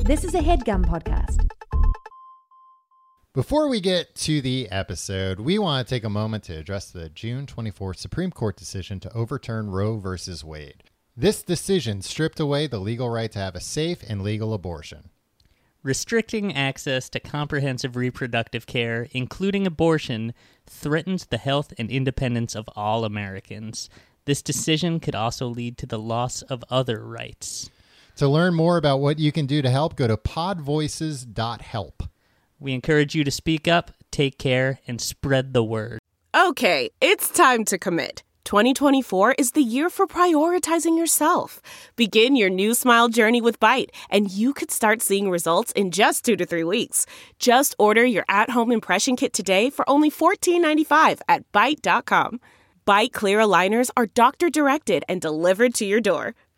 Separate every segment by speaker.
Speaker 1: This is a headgum podcast.
Speaker 2: Before we get to the episode, we want to take a moment to address the June 24th Supreme Court decision to overturn Roe versus Wade. This decision stripped away the legal right to have a safe and legal abortion.
Speaker 3: Restricting access to comprehensive reproductive care, including abortion, threatens the health and independence of all Americans. This decision could also lead to the loss of other rights.
Speaker 2: To learn more about what you can do to help, go to podvoices.help.
Speaker 3: We encourage you to speak up, take care, and spread the word.
Speaker 4: Okay, it's time to commit. 2024 is the year for prioritizing yourself. Begin your new smile journey with Bite, and you could start seeing results in just two to three weeks. Just order your at home impression kit today for only $14.95 at Byte.com. Bite Clear Aligners are doctor directed and delivered to your door.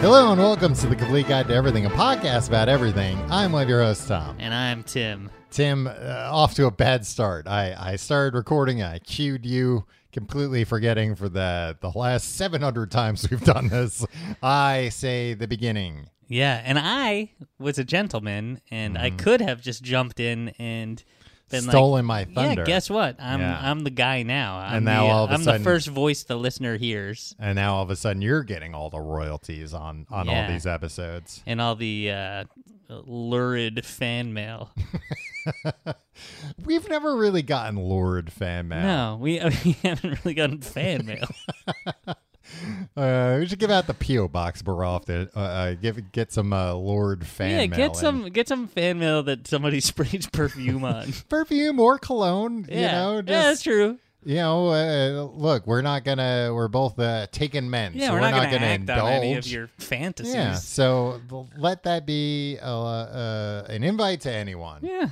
Speaker 2: Hello and welcome to the Complete Guide to Everything, a podcast about everything. I'm one of your hosts, Tom.
Speaker 3: And I'm Tim.
Speaker 2: Tim, uh, off to a bad start. I, I started recording. I cued you, completely forgetting for the the last 700 times we've done this. I say the beginning.
Speaker 3: Yeah, and I was a gentleman, and I could have just jumped in and been
Speaker 2: Stolen my
Speaker 3: like,
Speaker 2: thunder.
Speaker 3: Yeah, guess what? I'm
Speaker 2: Yeah.
Speaker 3: I'm the guy now. I'm
Speaker 2: And now
Speaker 3: the,
Speaker 2: all of a
Speaker 3: I'm
Speaker 2: sudden-
Speaker 3: the first voice the listener hears,
Speaker 2: And now all of a sudden you're getting all the royalties on on all
Speaker 3: Yeah.
Speaker 2: these episodes.
Speaker 3: and all the uh, lurid fan mail.
Speaker 2: We've never really gotten lured fan mail.
Speaker 3: No, we, we haven't really gotten fan mail.
Speaker 2: Uh, we should give out the PO box we're off to uh, uh, give get some uh, Lord fan
Speaker 3: yeah,
Speaker 2: mail.
Speaker 3: get
Speaker 2: in.
Speaker 3: some get some fan mail that somebody sprays perfume on.
Speaker 2: perfume or cologne.
Speaker 3: Yeah,
Speaker 2: You know,
Speaker 3: yeah, that's
Speaker 2: just
Speaker 3: true.
Speaker 2: you know, uh, look, we're not gonna. We're both uh, taken men.
Speaker 3: Yeah,
Speaker 2: so
Speaker 3: we're, not,
Speaker 2: gonna,
Speaker 3: act
Speaker 2: indulge.
Speaker 3: on any of your fantasies.
Speaker 2: yeah, so l- let that be uh, uh, an invite to anyone
Speaker 3: Yeah.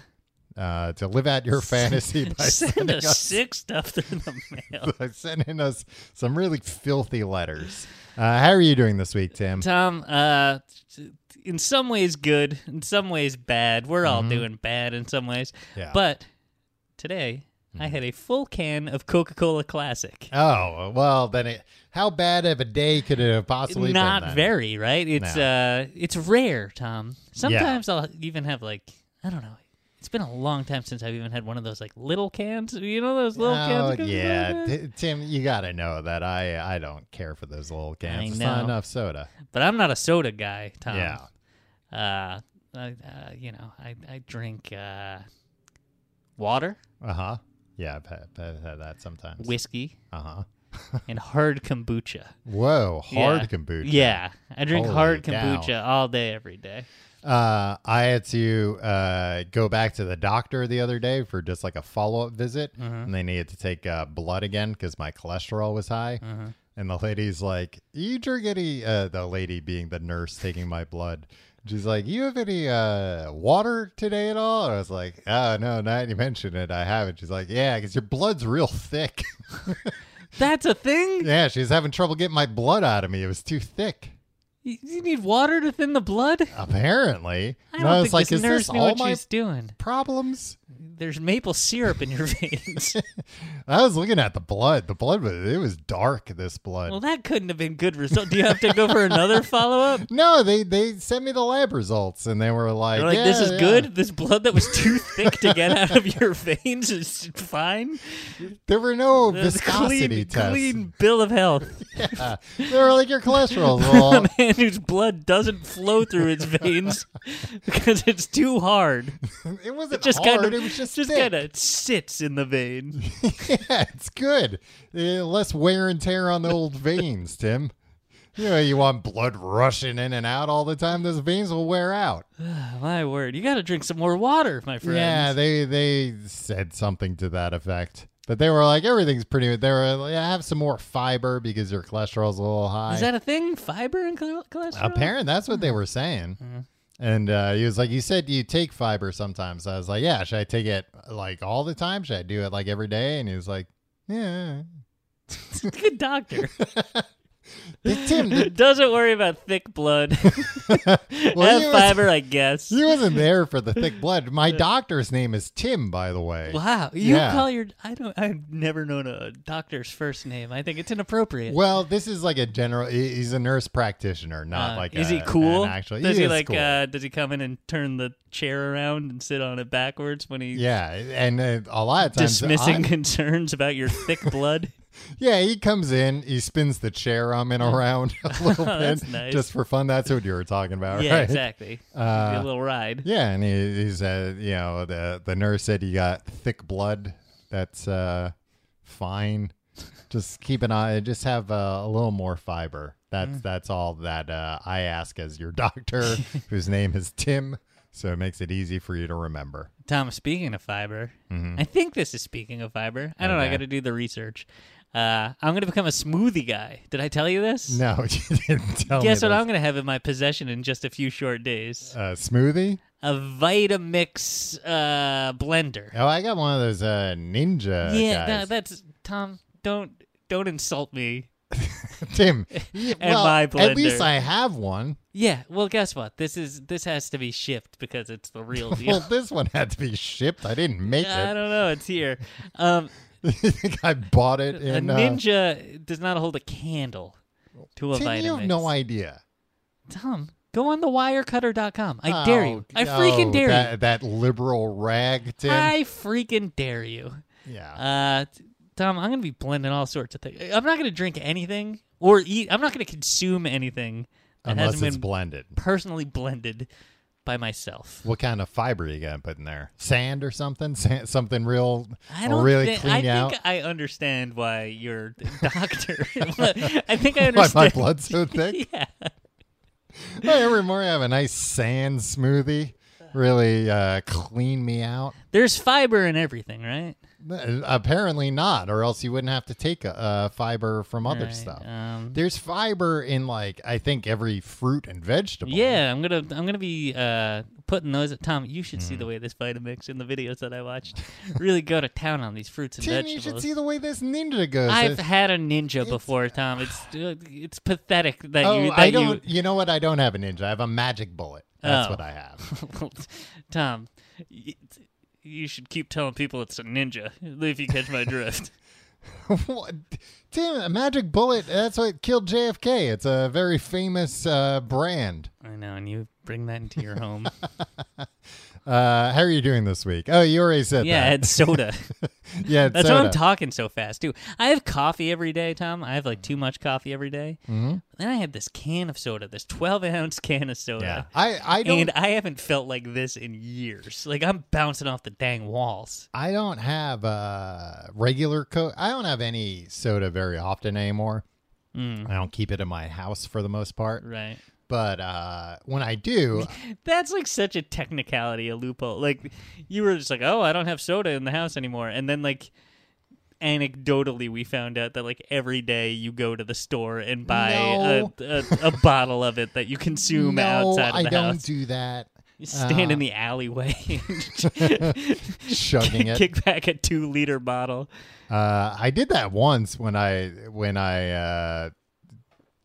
Speaker 2: uh, to live out your fantasy by
Speaker 3: Send
Speaker 2: sending
Speaker 3: us
Speaker 2: us
Speaker 3: sick stuff through the mail.
Speaker 2: by sending us some really filthy letters. Uh, how are you doing this week, Tim?
Speaker 3: Tom, uh, in some ways good, in some ways bad. We're all doing bad in some ways.
Speaker 2: Mm-hmm. Yeah. Mm-hmm.
Speaker 3: But today, I had a full can of Coca Cola Classic.
Speaker 2: Oh well, then it, how bad of a day could it have possibly
Speaker 3: Not
Speaker 2: been? then?
Speaker 3: very, right? It's
Speaker 2: No.
Speaker 3: uh, it's rare, Tom. Sometimes I'll even have like I don't know. It's been a long time since I've even had one of those like little cans. You know those little cans.
Speaker 2: Oh
Speaker 3: that come in the
Speaker 2: yeah,
Speaker 3: can?
Speaker 2: T- Tim, you gotta know that I I don't care for those little cans.
Speaker 3: I
Speaker 2: It's not
Speaker 3: know. Oh.
Speaker 2: enough soda.
Speaker 3: But I'm not a soda guy, Tom.
Speaker 2: yeah,
Speaker 3: Uh, I, uh you know, I I drink uh, water,
Speaker 2: uh huh. Yeah, I've had, I've had that sometimes.
Speaker 3: whiskey,
Speaker 2: uh huh.
Speaker 3: and hard kombucha.
Speaker 2: Whoa, hard
Speaker 3: Yeah.
Speaker 2: kombucha.
Speaker 3: Yeah, I drink
Speaker 2: Holy
Speaker 3: hard
Speaker 2: cow.
Speaker 3: kombucha all day, every day.
Speaker 2: Uh, I had to uh, go back to the doctor the other day for just like a follow up visit,
Speaker 3: Mm-hmm.
Speaker 2: and they needed to take uh, blood again because my cholesterol was high.
Speaker 3: Mm-hmm.
Speaker 2: And the lady's like, "You drink any?" Uh, the lady being the nurse taking my blood. She's like, "You have any uh, water today at all?" And I was like, "Oh no, now that you mention it, I haven't." She's like, "Yeah, because your blood's real thick."
Speaker 3: That's a thing.
Speaker 2: yeah, she's having trouble getting my blood out of me. It was too thick.
Speaker 3: You, you need water to thin the blood.
Speaker 2: Apparently,
Speaker 3: I
Speaker 2: And
Speaker 3: don't
Speaker 2: was
Speaker 3: think
Speaker 2: like,
Speaker 3: this
Speaker 2: "Is
Speaker 3: nurse
Speaker 2: this
Speaker 3: knew
Speaker 2: all
Speaker 3: what
Speaker 2: my
Speaker 3: she was doing.
Speaker 2: problems?"
Speaker 3: There's maple syrup in your veins.
Speaker 2: I was looking at the blood. The blood was it was dark. This blood.
Speaker 3: well, that couldn't have been good result. Do you have to go for another follow up?
Speaker 2: no, they they sent me the lab results, and they were like,
Speaker 3: They're like, this
Speaker 2: "Yeah,
Speaker 3: is
Speaker 2: yeah."
Speaker 3: good. This blood that was too thick to get out of your veins is fine.
Speaker 2: There were no
Speaker 3: The
Speaker 2: viscosity
Speaker 3: clean,
Speaker 2: tests.
Speaker 3: clean bill of health.
Speaker 2: Yeah. They were like your cholesterol. Well,
Speaker 3: a man whose blood doesn't flow through his veins because it's too hard.
Speaker 2: it wasn't
Speaker 3: It just
Speaker 2: hard.
Speaker 3: kind of
Speaker 2: it was just, thick.
Speaker 3: kind of sits in the vein.
Speaker 2: yeah, it's good. Eh, less wear and tear on the old veins, Tim. You know, you want blood rushing in and out all the time. Those veins will wear out.
Speaker 3: Oh, My word, you got to drink some more water, my friend.
Speaker 2: Yeah, they they said something to that effect. But they were like, everything's pretty. They were like, have some more fiber because your cholesterol's a little high.
Speaker 3: is that a thing? Fiber and chol- cholesterol? Hmm.
Speaker 2: Apparent. That's what they were saying. And uh, he was like, "You said you take fiber sometimes." I was like, "Yeah, should I take it like all the time? Should I do it like every day?" And he was like, "Yeah."
Speaker 3: Good doctor.
Speaker 2: Hey, Tim, did,
Speaker 3: Doesn't worry about thick blood.
Speaker 2: well,
Speaker 3: Have
Speaker 2: you, was,
Speaker 3: fiber, I guess.
Speaker 2: you wasn't there for the thick blood. My doctor's name is Tim, by the way.
Speaker 3: Wow, you
Speaker 2: Yeah.
Speaker 3: call your I don't I've never known a doctor's first name. I think it's inappropriate.
Speaker 2: Well, this is like a general. he- He's a nurse practitioner, not
Speaker 3: Uh,
Speaker 2: like.
Speaker 3: is
Speaker 2: a,
Speaker 3: he cool?
Speaker 2: an actual-
Speaker 3: does he,
Speaker 2: is
Speaker 3: like
Speaker 2: cool.
Speaker 3: uh does he come in and turn the chair around and sit on it backwards when he's
Speaker 2: yeah, and uh, a lot of times
Speaker 3: dismissing
Speaker 2: I-
Speaker 3: concerns about your thick blood?
Speaker 2: Yeah, he comes in, he spins the chair I'm in around a little bit,
Speaker 3: That's nice.
Speaker 2: just for fun. That's what you were talking about,
Speaker 3: yeah,
Speaker 2: right? Uh,
Speaker 3: exactly. Give you a little ride.
Speaker 2: Yeah, and he, he said, you know, the the nurse said you got thick blood. That's uh, fine. Just keep an eye. Just have uh, a little more fiber.
Speaker 3: Mm.
Speaker 2: That's that's all that uh, I ask as your doctor, whose name is Tim. So it makes it easy for you to remember.
Speaker 3: Tom, speaking of fiber, I think this is speaking of fiber. I don't know.
Speaker 2: Mm-hmm.
Speaker 3: I
Speaker 2: Okay.
Speaker 3: got to do the research. Uh, I'm going to become a smoothie guy. Did I tell you this?
Speaker 2: No, you didn't tell
Speaker 3: Guess
Speaker 2: me.
Speaker 3: what I'm going to have in my possession in just a few short days?
Speaker 2: I'm uh, smoothie.
Speaker 3: A Vitamix uh, blender.
Speaker 2: Oh, I got one of those uh, ninja.
Speaker 3: yeah, no,
Speaker 2: guys.
Speaker 3: that's Tom. Don't don't insult me.
Speaker 2: Tim. well,
Speaker 3: my
Speaker 2: At least
Speaker 3: blender.
Speaker 2: I have one.
Speaker 3: Yeah, well, guess what? This is this has to be shipped because it's the real
Speaker 2: Well,
Speaker 3: deal.
Speaker 2: this one had to be shipped. I didn't make
Speaker 3: I
Speaker 2: it.
Speaker 3: don't know. It's here. Um,
Speaker 2: you think I bought it
Speaker 3: a
Speaker 2: in? uh,
Speaker 3: ninja does not hold a candle to a
Speaker 2: Tim,
Speaker 3: Vitamix.
Speaker 2: you have no idea.
Speaker 3: Tom, go on the wirecutter.com. I dare you.
Speaker 2: Oh,
Speaker 3: I freaking
Speaker 2: oh,
Speaker 3: dare
Speaker 2: that, that liberal rag,
Speaker 3: you.
Speaker 2: Tim.
Speaker 3: I freaking dare you.
Speaker 2: yeah.
Speaker 3: Uh, t- Tom, I'm going to be blending all sorts of things. I'm not going to drink anything or eat. I'm not going to consume anything that
Speaker 2: Unless
Speaker 3: hasn't
Speaker 2: it's
Speaker 3: been
Speaker 2: blended.
Speaker 3: personally blended by myself.
Speaker 2: What kind of fiber you gonna put in there? Sand or something? Sand, something real,
Speaker 3: I don't
Speaker 2: really
Speaker 3: think, I
Speaker 2: clean out.
Speaker 3: think I understand why you're a doctor. I think I
Speaker 2: Why
Speaker 3: understand.
Speaker 2: my blood's so thick?
Speaker 3: yeah.
Speaker 2: Hey, every morning I have a nice sand smoothie. Really uh, clean me out.
Speaker 3: There's fiber in everything, right?
Speaker 2: Uh, Apparently not, or else you wouldn't have to take uh, fiber from other
Speaker 3: Right,
Speaker 2: stuff.
Speaker 3: Um,
Speaker 2: There's fiber in like I think every fruit and vegetable.
Speaker 3: Yeah, I'm gonna I'm gonna be uh, putting those. Tom, you should
Speaker 2: Hmm.
Speaker 3: see the way this Vitamix in the videos that I watched really go to town on these fruits and
Speaker 2: Tim, you
Speaker 3: vegetables.
Speaker 2: should see the way this ninja goes.
Speaker 3: I've
Speaker 2: This-
Speaker 3: had a ninja before, Tom. It's it's pathetic that
Speaker 2: oh,
Speaker 3: you that
Speaker 2: I don't.
Speaker 3: you.
Speaker 2: You... know what? I don't have a ninja. I have a magic bullet. That's
Speaker 3: Oh.
Speaker 2: what I have.
Speaker 3: Tom, y- you should keep telling people it's a ninja if you catch my drift.
Speaker 2: what? Tim, a magic bullet. That's what killed JFK. It's a very famous uh, brand.
Speaker 3: I know, and you bring that into your home.
Speaker 2: Uh, how are you doing this week? Oh, you already said
Speaker 3: yeah,
Speaker 2: that.
Speaker 3: it's soda.
Speaker 2: yeah, it's
Speaker 3: That's why I'm
Speaker 2: soda.
Speaker 3: talking so fast too. I have coffee every day, Tom. I have like too much coffee every day.
Speaker 2: Mm-hmm.
Speaker 3: Then I have this can of soda, this 12 ounce can of
Speaker 2: Yeah,
Speaker 3: soda,
Speaker 2: I I don't
Speaker 3: and I haven't felt like this in years. Like I'm bouncing off the dang walls.
Speaker 2: I don't have uh, regular Coke. I don't have any soda very often anymore.
Speaker 3: Hmm.
Speaker 2: I don't keep it in my house for the most part.
Speaker 3: Right.
Speaker 2: But uh, when I do,
Speaker 3: That's like such a technicality, a loophole. Like you were just like, oh, I don't have soda in the house anymore, and then like. Anecdotally, we found out that like every day you go to the store and buy
Speaker 2: No.
Speaker 3: a, a, a bottle of it that you consume
Speaker 2: no,
Speaker 3: outside of
Speaker 2: I
Speaker 3: the
Speaker 2: don't
Speaker 3: house.
Speaker 2: do uh, that.
Speaker 3: You stand in the alleyway and
Speaker 2: Chugging it.
Speaker 3: kick back a two liter bottle.
Speaker 2: Uh, I did that once when I when I uh,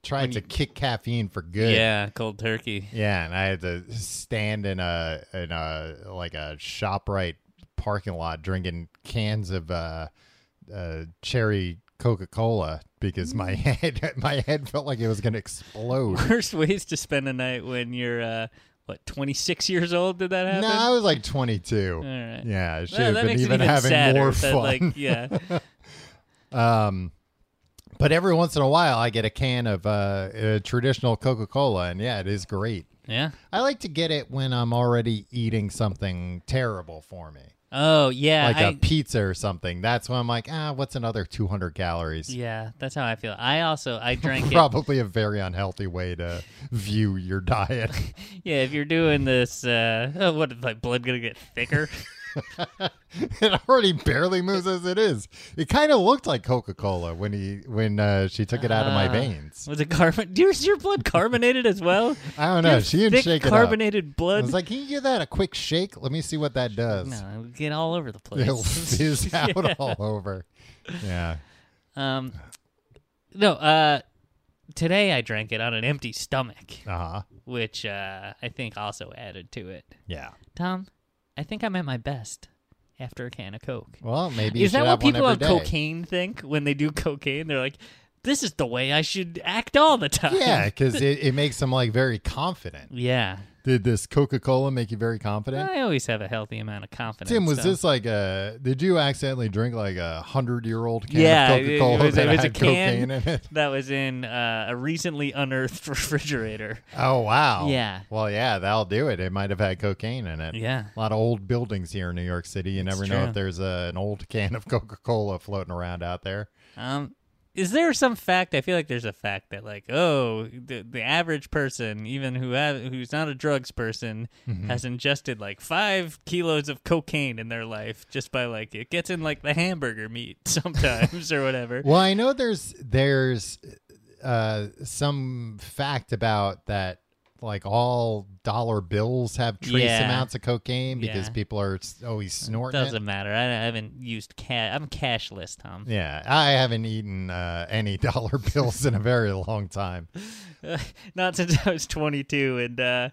Speaker 2: tried to kick caffeine for good.
Speaker 3: Yeah, cold turkey.
Speaker 2: Yeah, and I had to stand in a in a like a Shoprite parking lot drinking cans of uh, uh, cherry Coca Cola because
Speaker 3: Mm.
Speaker 2: my head my head felt like it was gonna explode.
Speaker 3: Worst ways to spend a night when you're uh, what twenty six years old? Did that happen?
Speaker 2: no, I was like 22.
Speaker 3: All right.
Speaker 2: Yeah, I should
Speaker 3: Well,
Speaker 2: have
Speaker 3: that
Speaker 2: been
Speaker 3: makes
Speaker 2: even,
Speaker 3: it even
Speaker 2: having
Speaker 3: sadder
Speaker 2: more
Speaker 3: that,
Speaker 2: fun.
Speaker 3: Like, yeah,
Speaker 2: but every once in a while, I get a can of uh, uh, traditional Coca Cola, and yeah, it is great.
Speaker 3: yeah.
Speaker 2: I like to get it when I'm already eating something terrible for me.
Speaker 3: Oh yeah,
Speaker 2: like a
Speaker 3: I-
Speaker 2: pizza or something. That's when I'm like, ah, what's another 200 calories?
Speaker 3: yeah. That's how I feel. I also I drank it.
Speaker 2: Probably a very unhealthy way to view your diet.
Speaker 3: Yeah, if you're doing this, uh, oh, what if my blood gonna get thicker?
Speaker 2: it already barely moves as it is. It kind of looked like Coca Cola when he when uh, she took it out of my veins.
Speaker 3: Was it carbon? Is your blood carbonated as well?
Speaker 2: I don't know.
Speaker 3: Your
Speaker 2: She didn't
Speaker 3: thick
Speaker 2: shake it up. I
Speaker 3: carbonated blood.
Speaker 2: was like, can you give that a quick shake? Let me see what that does.
Speaker 3: no, it'll get all over the
Speaker 2: It'll
Speaker 3: place.
Speaker 2: fizz out all over. Yeah.
Speaker 3: um, no. Uh, today I drank it on an empty stomach,
Speaker 2: Uh huh.
Speaker 3: which uh, I think also added to it.
Speaker 2: Yeah.
Speaker 3: Tom, I think I'm at my best after a can of Coke.
Speaker 2: Well, maybe you
Speaker 3: is that
Speaker 2: should
Speaker 3: what
Speaker 2: have one
Speaker 3: people on
Speaker 2: every day.
Speaker 3: cocaine think when they do cocaine? They're like, "This is the way I should act all the time."
Speaker 2: Yeah, because it, it makes them like very confident.
Speaker 3: yeah.
Speaker 2: Did this Coca Cola make you very confident?
Speaker 3: I always have a healthy amount of confidence.
Speaker 2: Tim, was
Speaker 3: so-
Speaker 2: this like a? Did you accidentally drink like a hundred year old can
Speaker 3: Yeah,
Speaker 2: of
Speaker 3: it- it
Speaker 2: Coca Cola
Speaker 3: was- it
Speaker 2: that
Speaker 3: was a
Speaker 2: had
Speaker 3: can.
Speaker 2: cocaine in it?
Speaker 3: that was in uh, a recently unearthed refrigerator?
Speaker 2: Oh wow.
Speaker 3: Yeah.
Speaker 2: Well, yeah, that'll do it. It might have had cocaine in it.
Speaker 3: Yeah.
Speaker 2: A lot of old buildings here in New York City. You never know
Speaker 3: true.
Speaker 2: if there's a, an old can of Coca Cola floating around out there.
Speaker 3: Um, is there some fact? I feel like there's a fact that like, oh, the, the average person, even who ha- who's not a drugs person,
Speaker 2: Mm-hmm.
Speaker 3: has ingested like five kilos of cocaine in their life just by like it gets in like the hamburger meat sometimes or whatever.
Speaker 2: Well, I know there's there's uh, some fact about that, like all dollar bills have trace
Speaker 3: Yeah.
Speaker 2: amounts of cocaine because
Speaker 3: Yeah.
Speaker 2: people are s- always snorting.
Speaker 3: Doesn't
Speaker 2: It.
Speaker 3: matter. I, I haven't used cash. I'm cashless, Tom.
Speaker 2: Yeah, I haven't eaten uh, any dollar bills in a very long time.
Speaker 3: not since I was 22 and uh,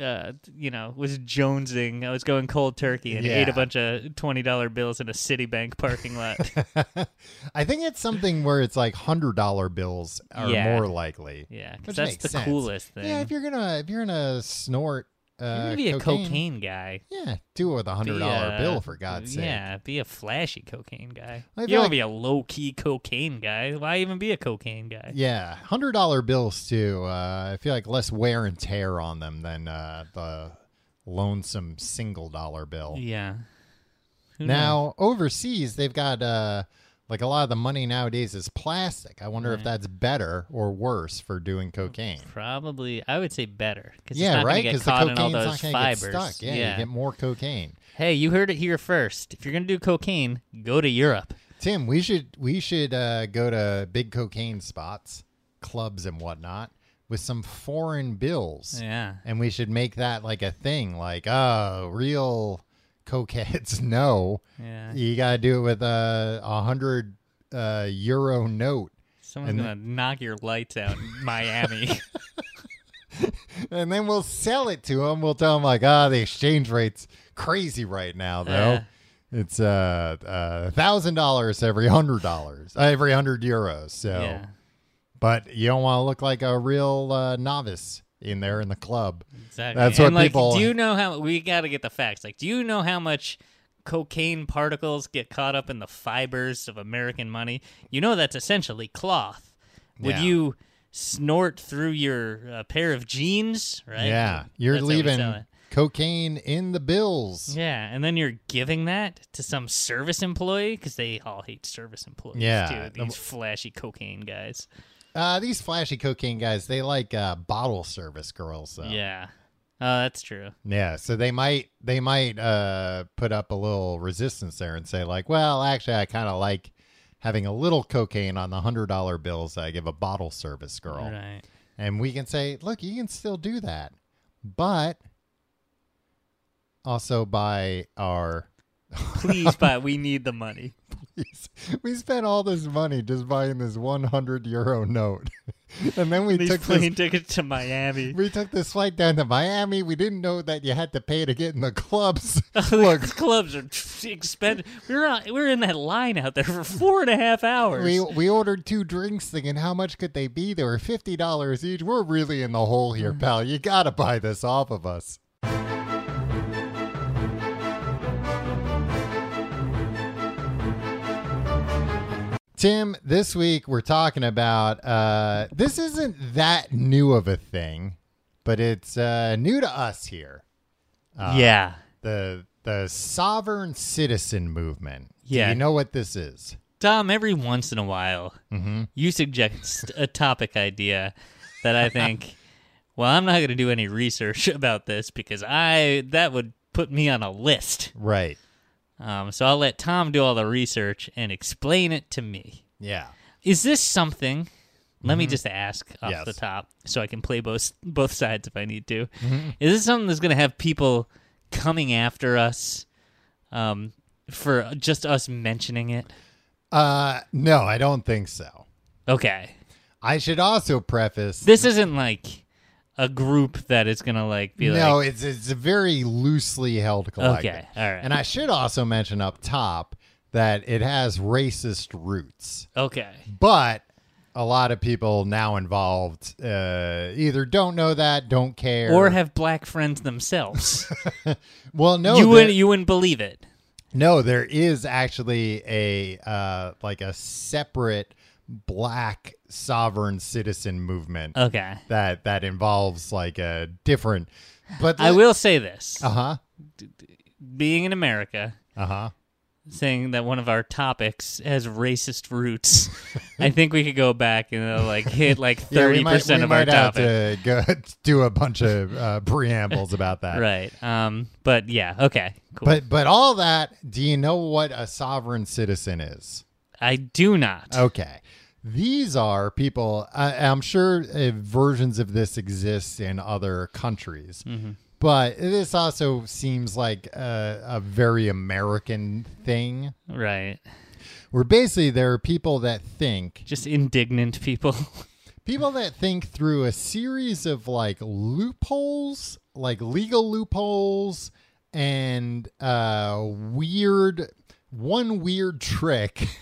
Speaker 3: uh, you know was jonesing. I was going cold turkey and ate
Speaker 2: Yeah.
Speaker 3: a bunch of twenty dollar bills in a Citibank parking lot.
Speaker 2: I think it's something where it's like hundred dollar bills are
Speaker 3: Yeah.
Speaker 2: more likely.
Speaker 3: yeah,
Speaker 2: Which
Speaker 3: because that's
Speaker 2: makes
Speaker 3: the
Speaker 2: sense.
Speaker 3: coolest thing.
Speaker 2: Yeah, if you're gonna if you're gonna snort,
Speaker 3: You're
Speaker 2: uh,
Speaker 3: gonna be a cocaine guy.
Speaker 2: yeah, do it with a
Speaker 3: Be
Speaker 2: hundred dollar
Speaker 3: a-
Speaker 2: bill for God's sake.
Speaker 3: Yeah, be a flashy cocaine guy.
Speaker 2: I
Speaker 3: You
Speaker 2: feel
Speaker 3: don't
Speaker 2: like-
Speaker 3: be a low key cocaine guy. Why even be a cocaine guy?
Speaker 2: Yeah, hundred dollar bills too. Uh, I feel like less wear and tear on them than uh, the lonesome single dollar bill.
Speaker 3: Yeah. Who knows?
Speaker 2: Now overseas, they've got uh, like a lot of the money nowadays is plastic. I wonder if that's better or worse for doing cocaine.
Speaker 3: Probably, I would say better. Cause it's
Speaker 2: yeah,
Speaker 3: not
Speaker 2: right.
Speaker 3: Because
Speaker 2: the
Speaker 3: caught in all
Speaker 2: cocaine's
Speaker 3: those
Speaker 2: not gonna
Speaker 3: fibers.
Speaker 2: get stuck. Yeah, you get more cocaine.
Speaker 3: Hey, you heard it here first. If you're gonna do cocaine, go to Europe.
Speaker 2: Tim, we should we should uh, go to big cocaine spots, clubs, and whatnot with some foreign bills.
Speaker 3: Yeah.
Speaker 2: and we should make that like a thing like oh real cokeheads no
Speaker 3: Yeah.
Speaker 2: you gotta do it with a, a hundred uh, euro note
Speaker 3: Someone's gonna knock your lights out in Miami.
Speaker 2: and then we'll sell it to them we'll tell them like ah the exchange rate's crazy right now though
Speaker 3: Yeah.
Speaker 2: it's uh a thousand dollars every hundred dollars uh, every hundred euros so
Speaker 3: yeah.
Speaker 2: but you don't want to look like a real uh, novice in there in the club
Speaker 3: Exactly.
Speaker 2: That's
Speaker 3: and
Speaker 2: what
Speaker 3: like,
Speaker 2: people-
Speaker 3: Do you know how we gotta get the facts? Like, do you know how much cocaine particles get caught up in the fibers of American money? You know that's essentially cloth. Would
Speaker 2: Yeah.
Speaker 3: you snort through your uh, pair of jeans? Right.
Speaker 2: yeah you're
Speaker 3: That's how we sell
Speaker 2: leaving
Speaker 3: it.
Speaker 2: cocaine in the bills
Speaker 3: Yeah, and then you're giving that to some service employee because they all hate service employees
Speaker 2: Yeah.
Speaker 3: too. These flashy cocaine guys.
Speaker 2: Uh, these flashy cocaine guys, they like uh, bottle service girls, though.
Speaker 3: Yeah, oh, that's true.
Speaker 2: Yeah, So they might they might uh, put up a little resistance there and say like, well, actually, I kind of like having a little cocaine on the hundred dollar bills that I give a bottle service girl,
Speaker 3: Right.
Speaker 2: and we can say, look, you can still do that, but also buy our.
Speaker 3: Please, but we need the money.
Speaker 2: We spent all this money just buying this 100 euro note. and then we
Speaker 3: These
Speaker 2: took this
Speaker 3: plane tickets to Miami.
Speaker 2: We took this flight down to Miami. We didn't know that you had to pay to get in the clubs. Look,
Speaker 3: These clubs are expensive. We We're on, we we're in that line out there for four and a half hours.
Speaker 2: we we ordered two drinks thinking how much could they be? They were fifty dollars each. We're really in the hole here, pal. You gotta buy this off of us. Tim, this week we're talking about uh, this isn't that new of a thing, but it's uh, new to us here.
Speaker 3: yeah.
Speaker 2: the the sovereign citizen movement.
Speaker 3: Yeah.
Speaker 2: Do you know what this is?
Speaker 3: Tom, every once in a while, you suggest a topic idea that I think, well, I'm not going to do any research about this because I that would put me on a list.
Speaker 2: Right.
Speaker 3: Um, so I'll let Tom do all the research and explain it to me.
Speaker 2: Yeah.
Speaker 3: Is this something? Let me just ask off
Speaker 2: Yes.
Speaker 3: the top so I can play both both sides if I need to. Is this something that's going to have people coming after us um, for just us mentioning it?
Speaker 2: Uh, no, I don't think so.
Speaker 3: Okay.
Speaker 2: I should also preface.
Speaker 3: This isn't like a group that is going to like be
Speaker 2: no,
Speaker 3: like
Speaker 2: it's it's a very loosely held collective.
Speaker 3: Okay, all right.
Speaker 2: And I should also mention up top that it has racist roots,
Speaker 3: okay.
Speaker 2: but a lot of people now involved uh, either don't know that, don't care,
Speaker 3: Or have black friends themselves.
Speaker 2: well, no,
Speaker 3: you
Speaker 2: Oh, there-
Speaker 3: wouldn't you wouldn't believe it.
Speaker 2: No, there is actually a uh, like a separate black sovereign citizen movement
Speaker 3: Okay.
Speaker 2: that that involves like a different. But
Speaker 3: I will say this.
Speaker 2: Uh huh.
Speaker 3: Being in America,
Speaker 2: Uh huh.
Speaker 3: saying that one of our topics has racist roots, I think we could go back and uh, like hit like thirty percent of our
Speaker 2: have
Speaker 3: topic.
Speaker 2: to go do a bunch of uh, preambles about that.
Speaker 3: Right. Um. But yeah. Okay. Cool.
Speaker 2: But but all that. Do you know what a sovereign citizen is?
Speaker 3: I do not.
Speaker 2: Okay. These are people, I, I'm sure uh, versions of this exist in other countries, but this also seems like a, a very American thing
Speaker 3: Right.
Speaker 2: where basically there are people that think,
Speaker 3: Just indignant people.
Speaker 2: people that think through a series of like loopholes, like legal loopholes and uh, weird, one weird trick.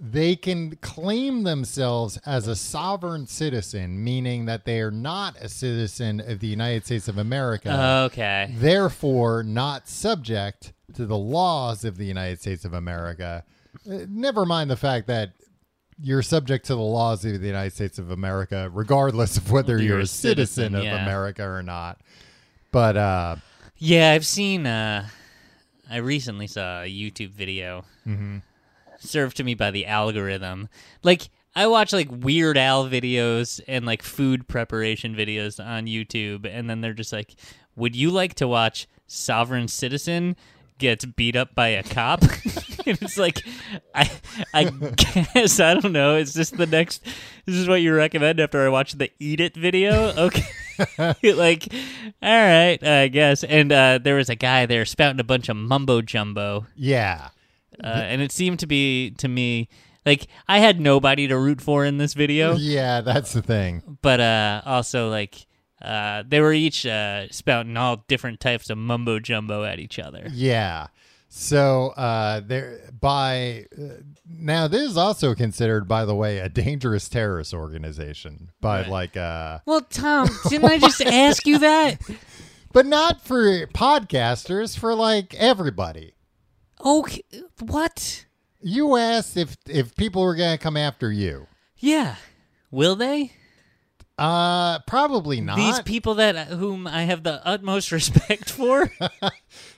Speaker 2: they can claim themselves as a sovereign citizen, meaning that they are not a citizen of the United States of America,
Speaker 3: Uh, okay.
Speaker 2: therefore not subject to the laws of the United States of America. Uh, Never mind the fact that you're subject to the laws of the United States of America, regardless of whether
Speaker 3: Whether
Speaker 2: you're, a citizen, of
Speaker 3: yeah.
Speaker 2: America or not. But uh,
Speaker 3: Yeah, I've seen. Uh, I recently saw a YouTube video served to me by the algorithm. Like I watch like Weird Al videos and like food preparation videos on YouTube, and then they're just like, "Would you like to watch Sovereign Citizen?" gets beat up by a cop and it's like i i guess i don't know is this the next this is what you recommend after i watch the eat it video okay like, all right, I guess. And uh, there was a guy there spouting a bunch of mumbo jumbo,
Speaker 2: yeah,
Speaker 3: uh, and it seemed to be to me like I had nobody to root for in this video,
Speaker 2: yeah, that's the thing.
Speaker 3: but uh, also like uh, they were each uh, spouting all different types of mumbo jumbo at each other.
Speaker 2: Yeah. So uh, there by uh, now this is also considered, by the way, a dangerous terrorist organization. By like, uh,
Speaker 3: Well, Tom, didn't I just ask you that?
Speaker 2: but not for podcasters, for like everybody.
Speaker 3: Okay, Oh, what?
Speaker 2: You asked if if people were gonna come after you.
Speaker 3: Yeah, will they?
Speaker 2: Uh, probably not.
Speaker 3: These people that uh, whom I have the utmost respect for.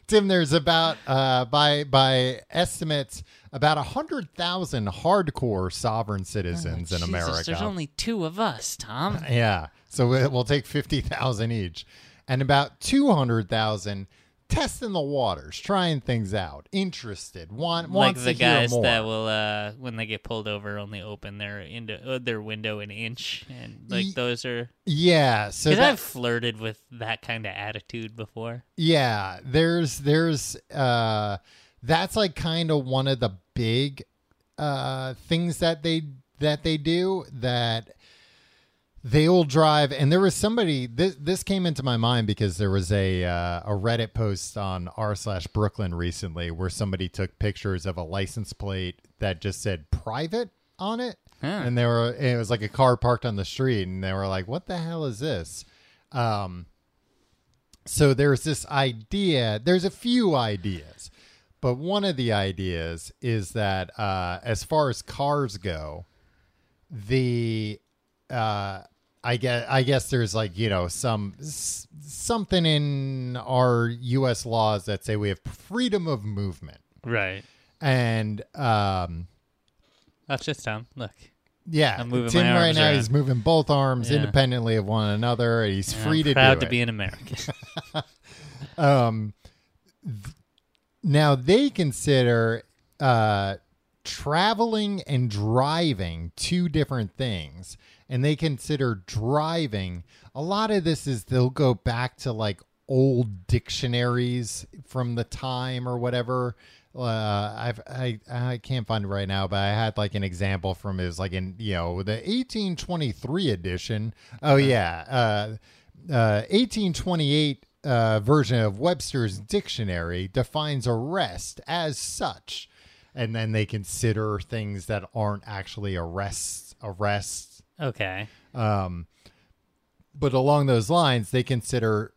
Speaker 2: Tim, there's about uh by by estimates about a hundred thousand hardcore sovereign citizens in
Speaker 3: Oh, Jesus,
Speaker 2: America.
Speaker 3: There's only two of us, Tom.
Speaker 2: yeah, so we- we'll take fifty thousand each, and about two hundred thousand testing the waters, trying things out, interested, want
Speaker 3: Like
Speaker 2: wants
Speaker 3: the
Speaker 2: to hear
Speaker 3: guys
Speaker 2: more.
Speaker 3: that will, uh, when they get pulled over, only open their into uh, their window an inch, and like
Speaker 2: Ye-
Speaker 3: those are.
Speaker 2: yeah, so
Speaker 3: Because
Speaker 2: that,
Speaker 3: I've flirted with that kind of attitude before.
Speaker 2: Yeah, there's there's uh that's like kind of one of the big uh things that they that they do that they will drive and there was somebody this this came into my mind because there was a uh, a Reddit post on r slash Brooklyn recently where somebody took pictures of a license plate that just said private on it and they were and it was like a car parked on the street and they were like what the hell is this um so there's this idea there's a few ideas but one of the ideas is that uh, as far as cars go the uh, I guess I guess there's like you know some s- something in our U.S. laws that say we have freedom of movement,
Speaker 3: Right.
Speaker 2: and um,
Speaker 3: That's just Tom. Look.
Speaker 2: yeah,
Speaker 3: I'm moving
Speaker 2: Tim
Speaker 3: my
Speaker 2: right
Speaker 3: arms
Speaker 2: now
Speaker 3: around.
Speaker 2: he's moving both arms
Speaker 3: Yeah.
Speaker 2: independently of one another. He's
Speaker 3: I'm
Speaker 2: free to
Speaker 3: proud
Speaker 2: do
Speaker 3: to
Speaker 2: it.
Speaker 3: be an American.
Speaker 2: um, Now they consider uh, traveling and driving two different things, and they consider driving. A lot of this is they'll go back to like old dictionaries from the time or whatever. Uh, I've I I can't find it right now, but I had like an example from it was like in you know the 1823 edition. Oh yeah, uh, uh, 1828 uh, version of Webster's dictionary defines arrest as such, and then they consider things that aren't actually arrests arrests.
Speaker 3: Okay.
Speaker 2: But along those lines, they consider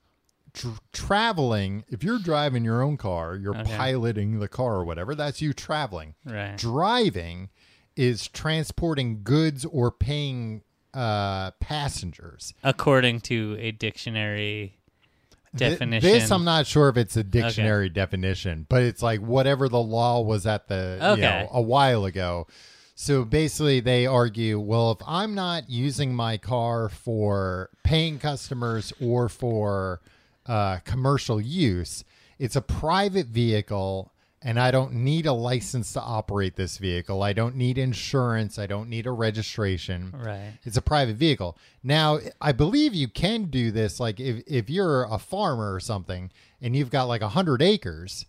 Speaker 2: tr- traveling. If you're driving your own car, you're piloting the car or whatever. That's you traveling.
Speaker 3: Right.
Speaker 2: Driving is transporting goods or paying uh, passengers.
Speaker 3: According to a dictionary
Speaker 2: Th-
Speaker 3: definition.
Speaker 2: This I'm not sure if it's a dictionary definition, but it's like whatever the law was at the you
Speaker 3: Okay.
Speaker 2: know, a while ago. So basically, they argue, well, if I'm not using my car for paying customers or for uh, commercial use, it's a private vehicle, and I don't need a license to operate this vehicle. I don't need insurance. I don't need a registration.
Speaker 3: Right.
Speaker 2: It's a private vehicle. Now, I believe you can do this. Like, if, if you're a farmer or something and you've got like 100 acres,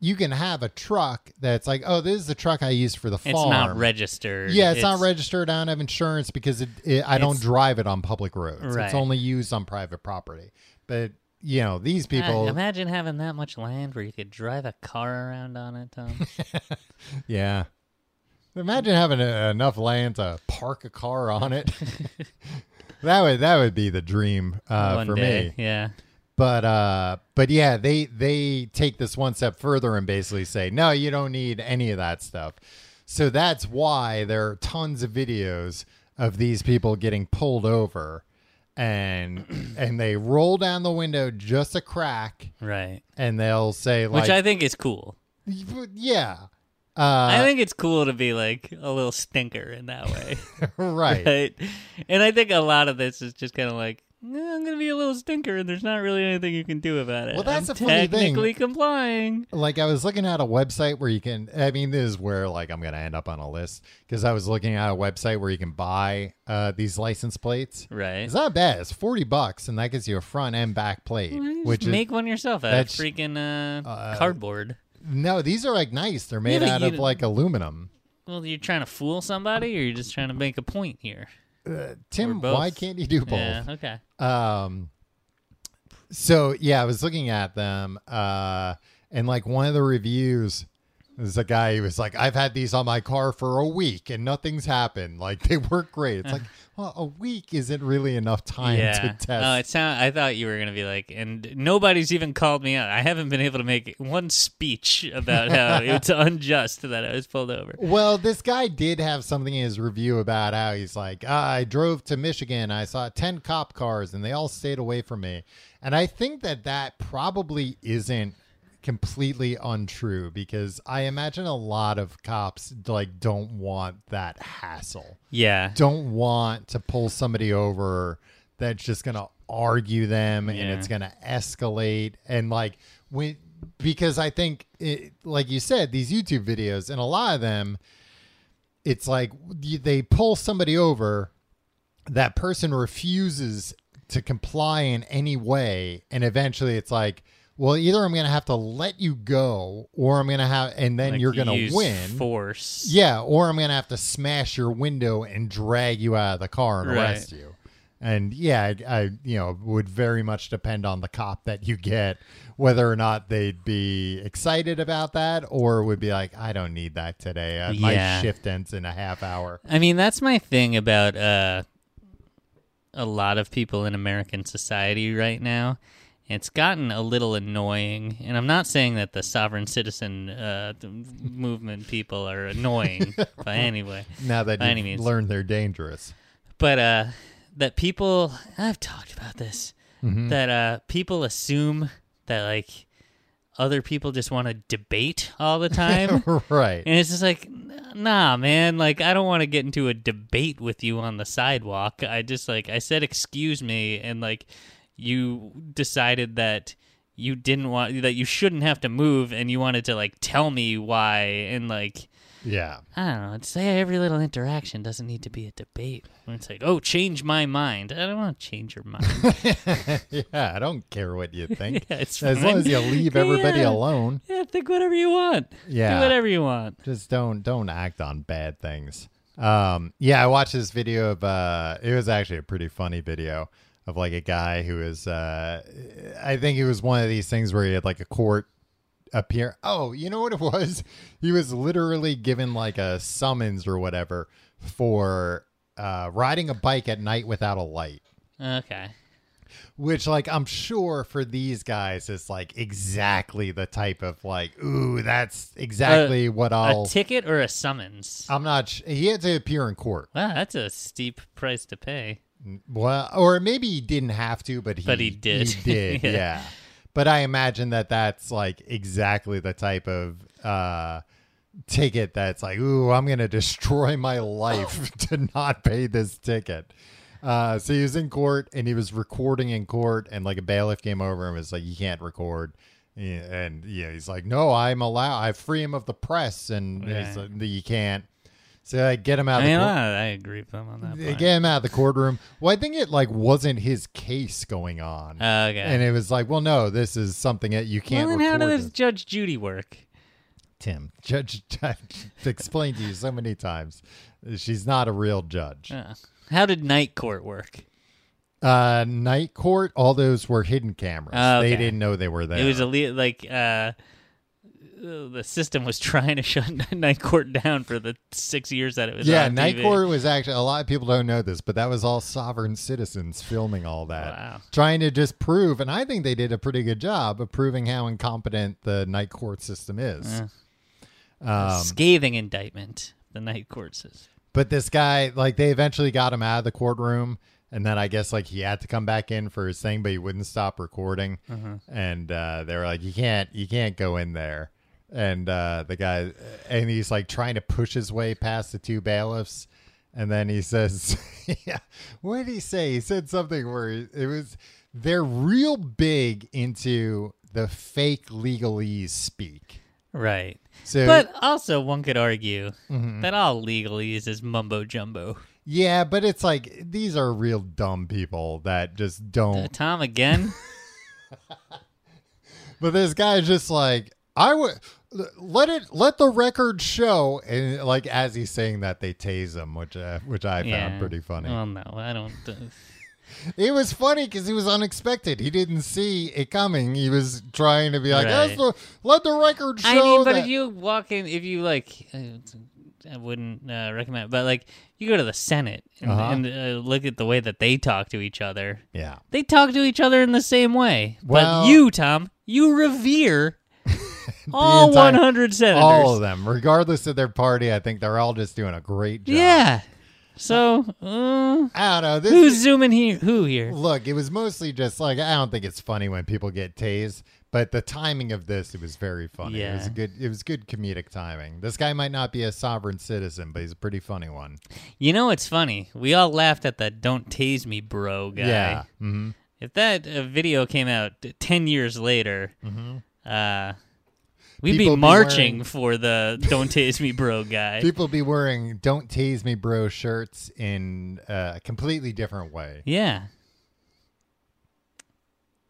Speaker 2: you can have a truck that's like, oh, this is the truck I use for the farm.
Speaker 3: It's not registered.
Speaker 2: Yeah, it's, not registered. I don't have insurance because it, it, I don't
Speaker 3: It's-
Speaker 2: drive it on public roads.
Speaker 3: Right.
Speaker 2: It's only used on private property. But, you know, these people.
Speaker 3: I- uh, imagine having that much land where you could drive a car around on it, Tom.
Speaker 2: Yeah. Imagine having uh enough land to park a car on it. that would that would be the dream uh,
Speaker 3: One
Speaker 2: for me.
Speaker 3: day. Yeah.
Speaker 2: but uh but yeah they they take this one step further and basically say no you don't need any of that stuff so that's why there are tons of videos of these people getting pulled over and and they roll down the window just a crack
Speaker 3: Right.
Speaker 2: and they'll say like
Speaker 3: Which I think is cool.
Speaker 2: yeah uh
Speaker 3: I think it's cool to be like a little stinker in that way.
Speaker 2: right
Speaker 3: right? And I think a lot of this is just kind of like, "Eh, I'm going to be a little stinker, and there's not really anything you can do about it.
Speaker 2: Well, that's
Speaker 3: I'm
Speaker 2: a funny thing.
Speaker 3: technically complying.
Speaker 2: like I was looking at a website where you can I mean this is where like I'm going to end up on a list cuz I was looking at a website where you can buy uh these license plates.
Speaker 3: Right.
Speaker 2: It's not bad. It's 40 bucks and that gives you a front and back plate,
Speaker 3: You just
Speaker 2: which
Speaker 3: make one yourself out of
Speaker 2: that's-
Speaker 3: freaking uh, cardboard.
Speaker 2: is No, these are like nice. They're made
Speaker 3: but
Speaker 2: out
Speaker 3: you
Speaker 2: of
Speaker 3: don't-
Speaker 2: like aluminum.
Speaker 3: Well, you're trying to fool somebody, or you're just trying to make a point here.
Speaker 2: Tim,
Speaker 3: both.
Speaker 2: why can't you do both?
Speaker 3: Yeah. Okay.
Speaker 2: Um, so yeah, I was looking at them, uh, and like one of the reviews was a guy who was like, "I've had these on my car for a week and nothing's happened. Like they work great." It's like, well, a week isn't really enough time
Speaker 3: yeah.
Speaker 2: to test.
Speaker 3: Oh, it sound. I thought you were gonna be like, and nobody's even called me out. I haven't been able to make one speech about how it's unjust that I was pulled over.
Speaker 2: well, this guy did have something in his review about how he's like, "Ah, I drove to Michigan. I saw 10 cop cars and they all stayed away from me. And I think that that probably isn't completely untrue because I imagine a lot of cops like don't want that hassle.
Speaker 3: Yeah.
Speaker 2: Don't want to pull somebody over that's just going to argue them and
Speaker 3: Yeah.
Speaker 2: it's going to escalate and like when because I think it, like you said these YouTube videos and a lot of them it's like you- they pull somebody over that person refuses to comply in any way and eventually it's like well either i'm gonna have to let you go or i'm gonna have and then
Speaker 3: Like,
Speaker 2: you're gonna
Speaker 3: use
Speaker 2: win
Speaker 3: Force.
Speaker 2: yeah or i'm gonna have to smash your window and drag you out of the car and
Speaker 3: Right.
Speaker 2: arrest you and yeah I, I you know would very much depend on the cop that you get whether or not they'd be excited about that or would be like i don't need that today uh, my
Speaker 3: Yeah.
Speaker 2: shift ends in a half hour
Speaker 3: I mean, that's my thing about uh, a lot of people in American society right now. It's gotten a little annoying, and I'm not saying that the sovereign citizen uh, th- movement people are annoying by any way,
Speaker 2: now that
Speaker 3: by any
Speaker 2: you've
Speaker 3: means.
Speaker 2: learned they're dangerous.
Speaker 3: but uh, that people I've talked about this
Speaker 2: Mm-hmm.
Speaker 3: that uh, people assume that like other people just want to debate all the time,
Speaker 2: right.
Speaker 3: And it's just like, nah, man. Like, I don't want to get into a debate with you on the sidewalk. I just like I said, excuse me, and like you decided that you didn't want that you shouldn't have to move and you wanted to like tell me why and like
Speaker 2: Yeah.
Speaker 3: I don't know. Say every little interaction doesn't need to be a debate. When it's like, oh, change my mind. I don't want to change your mind.
Speaker 2: yeah, I don't care what you think.
Speaker 3: Yeah, it's
Speaker 2: as
Speaker 3: fine.
Speaker 2: long as you leave everybody
Speaker 3: Yeah.
Speaker 2: alone,
Speaker 3: yeah, think whatever you want.
Speaker 2: Yeah.
Speaker 3: do whatever you want.
Speaker 2: just don't don't act on bad things. Um, yeah, I watched this video of uh, it was actually a pretty funny video of like a guy who is uh, I think it was one of these things where he had like a court appear. Oh, you know what it was? He was literally given like a summons or whatever for uh, riding a bike at night without a light
Speaker 3: Okay.
Speaker 2: which like i'm sure for these guys is like exactly the type of like ooh that's exactly what i'll
Speaker 3: A ticket or a summons?
Speaker 2: i'm not sh- he had to appear in court
Speaker 3: wow, that's a steep price to pay.
Speaker 2: well or maybe he didn't have to but he
Speaker 3: But he did.
Speaker 2: he did
Speaker 3: Yeah.
Speaker 2: yeah. but i imagine that that's like exactly the type of uh ticket that's like ooh i'm gonna destroy my life to not pay this ticket uh, so he was in court and he was recording in court, and like a bailiff came over and was like, "You can't record." And yeah, he's like, "No, I'm allowed. I free him of the press." And he's
Speaker 3: Yeah.
Speaker 2: like, "You can't." So I get him out.
Speaker 3: I,
Speaker 2: of
Speaker 3: mean,
Speaker 2: the court.
Speaker 3: I, I agree with them on that.
Speaker 2: They
Speaker 3: Point.
Speaker 2: get him out of the courtroom. Well, I think it like wasn't his case going on,
Speaker 3: Uh, okay.
Speaker 2: and it was like, well, no, this is something that you can't.
Speaker 3: well, then how
Speaker 2: record
Speaker 3: does
Speaker 2: it.
Speaker 3: Judge Judy work?
Speaker 2: Tim Judge explained to you so many times, she's not a real judge.
Speaker 3: Uh, how did night court work?
Speaker 2: Uh, night court. All those were hidden cameras.
Speaker 3: Oh, okay.
Speaker 2: They didn't know they were there.
Speaker 3: It was a le- like uh, the system was trying to shut night court down for the six years that it was.
Speaker 2: yeah,
Speaker 3: on
Speaker 2: night
Speaker 3: TV.
Speaker 2: court was actually a lot of people don't know this, but that was all sovereign citizens filming all that,
Speaker 3: Wow.
Speaker 2: trying to just prove. And I think they did a pretty good job of proving how incompetent the night court system is.
Speaker 3: Um, Scathing indictment. The night court says.
Speaker 2: But this guy, like, they eventually got him out of the courtroom. And then I guess, like, he had to come back in for his thing, but he wouldn't stop recording. And uh, they were like, you can't, you can't go in there. And uh, the guy, and he's like trying to push his way past the two bailiffs. And then he says, yeah, what did he say? He said something where he- it was, they're real big into the fake legalese speak.
Speaker 3: Right.
Speaker 2: So, Mm-hmm.
Speaker 3: But also, one could argue that all legalese is mumbo jumbo.
Speaker 2: Yeah, but it's like these are real dumb people that just
Speaker 3: Uh,
Speaker 2: don't.
Speaker 3: Tom again.
Speaker 2: But this guy's just like, I would let it let the record show, and like as he's saying that, they tase him, which uh, which I
Speaker 3: yeah.
Speaker 2: found pretty funny.
Speaker 3: Well, no, I don't. Uh,
Speaker 2: It was funny because he was unexpected. He didn't see it coming. He was trying to be like,
Speaker 3: Right.
Speaker 2: "That's the- let the record show.
Speaker 3: I mean, but
Speaker 2: that-"
Speaker 3: if you walk in, if you like, uh, it's- I wouldn't uh, recommend. But like, you go to the Senate and,
Speaker 2: Uh-huh.
Speaker 3: and uh, look at the way that they talk to each other.
Speaker 2: yeah,
Speaker 3: They talk to each other in the same way.
Speaker 2: Well-
Speaker 3: but you, Tom, you revere all
Speaker 2: entire-
Speaker 3: 100 senators.
Speaker 2: all of them, regardless of their party, I think they're all just doing a great job.
Speaker 3: Yeah. So, uh,
Speaker 2: I don't know. This
Speaker 3: who's zooming here? Who here?
Speaker 2: Look, it was mostly just like I don't think it's funny when people get tased, but the timing of this it was very funny. It was
Speaker 3: Yeah.
Speaker 2: a good it was good comedic timing. This guy might not be a sovereign citizen, but he's a pretty funny one.
Speaker 3: You know, it's funny. We all laughed at that "Don't tase me, bro" guy.
Speaker 2: Yeah. hmm
Speaker 3: If that uh, video came out t- ten years later, uh, we'd
Speaker 2: Mm-hmm. People be
Speaker 3: be marching
Speaker 2: wearing-
Speaker 3: for the "Don't tase me, bro" guy.
Speaker 2: People be wearing "Don't tase me, bro" shirts in uh, a completely different way.
Speaker 3: Yeah.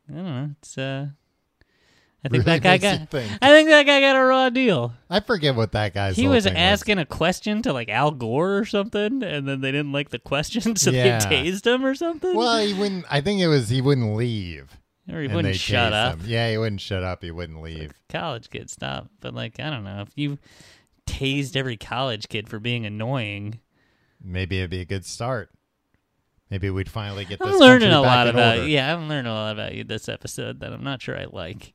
Speaker 3: I don't know. It's uh, I think
Speaker 2: Really
Speaker 3: that guy
Speaker 2: makes you
Speaker 3: got.
Speaker 2: think.
Speaker 3: I think that guy got a raw deal.
Speaker 2: I forget what that guy's.
Speaker 3: He
Speaker 2: whole
Speaker 3: was
Speaker 2: thing
Speaker 3: asking a question to like Al Gore or something, and then they didn't like the question, so
Speaker 2: Yeah.
Speaker 3: they tased him or something.
Speaker 2: Well, he wouldn't. I think it was he wouldn't leave.
Speaker 3: or he
Speaker 2: and
Speaker 3: wouldn't
Speaker 2: they
Speaker 3: shut
Speaker 2: tased
Speaker 3: up.
Speaker 2: him. Yeah, he wouldn't shut up. He wouldn't leave.
Speaker 3: college kids stop. But like, I don't know if you tased every college kid for being annoying.
Speaker 2: Maybe it'd be a good start. Maybe we'd finally get. This
Speaker 3: I'm learning
Speaker 2: country
Speaker 3: a
Speaker 2: back
Speaker 3: lot
Speaker 2: in
Speaker 3: about
Speaker 2: order.
Speaker 3: yeah, I'm learning a lot about you this episode that I'm not sure I like.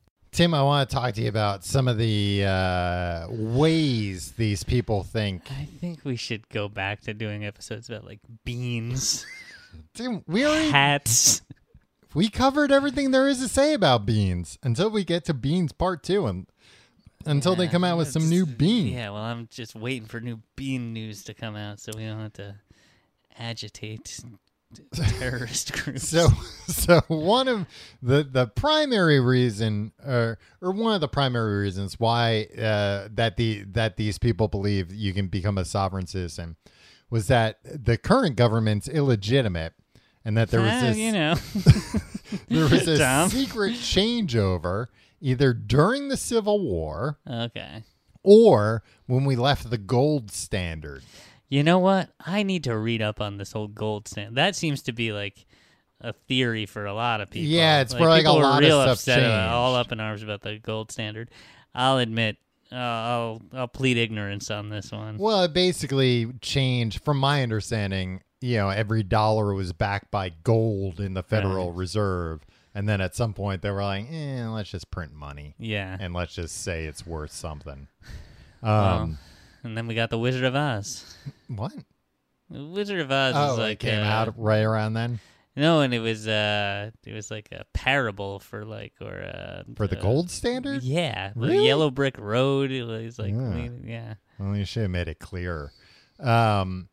Speaker 2: Tim, I want to talk to you about some of the uh, ways these people think.
Speaker 3: I think we should go back to doing episodes about like beans,
Speaker 2: Tim, we already
Speaker 3: hats.
Speaker 2: we covered everything there is to say about beans until we get to beans part two, and until they
Speaker 3: Yeah,
Speaker 2: come out with some
Speaker 3: it's-
Speaker 2: new bean.
Speaker 3: Yeah, well, I'm just waiting for new bean news to come out so we don't have to agitate t- terrorist groups.
Speaker 2: So, so one of the the primary reason, or or one of the primary reasons why uh, that the that these people believe you can become a sovereign citizen was that the current government's illegitimate, and that there was
Speaker 3: Ah,
Speaker 2: this
Speaker 3: you know,
Speaker 2: there was this
Speaker 3: Tom.
Speaker 2: secret changeover either during the Civil War
Speaker 3: okay.
Speaker 2: or when we left the gold standard.
Speaker 3: You know what? I need to read up on this whole gold stand. That seems to be like a theory for a lot of people.
Speaker 2: Yeah, it's where, like, a
Speaker 3: people are
Speaker 2: lot of
Speaker 3: real
Speaker 2: stuff
Speaker 3: upset, about-
Speaker 2: changed.
Speaker 3: all up in arms about the gold standard. I'll admit, uh, I'll I'll plead ignorance on this one.
Speaker 2: Well, it basically changed, from my understanding, you know, every dollar was backed by gold in the Federal Reserve. And then at some point they were like, eh, let's just print money
Speaker 3: Yeah,
Speaker 2: and let's just say it's worth something.
Speaker 3: Well,
Speaker 2: Um,
Speaker 3: and then we got the Wizard of Oz.
Speaker 2: what?
Speaker 3: The Wizard of Oz
Speaker 2: Oh,
Speaker 3: is like
Speaker 2: it came
Speaker 3: uh,
Speaker 2: out right around then
Speaker 3: No, and it was uh, it was like a parable for like or uh,
Speaker 2: for the
Speaker 3: uh,
Speaker 2: gold standard?
Speaker 3: Yeah, the
Speaker 2: Really?
Speaker 3: yellow brick road. It was like
Speaker 2: Yeah.
Speaker 3: yeah. yeah.
Speaker 2: Well, you should have made it clearer. Um,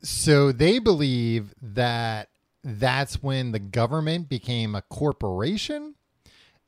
Speaker 2: so they believe that that's when the government became a corporation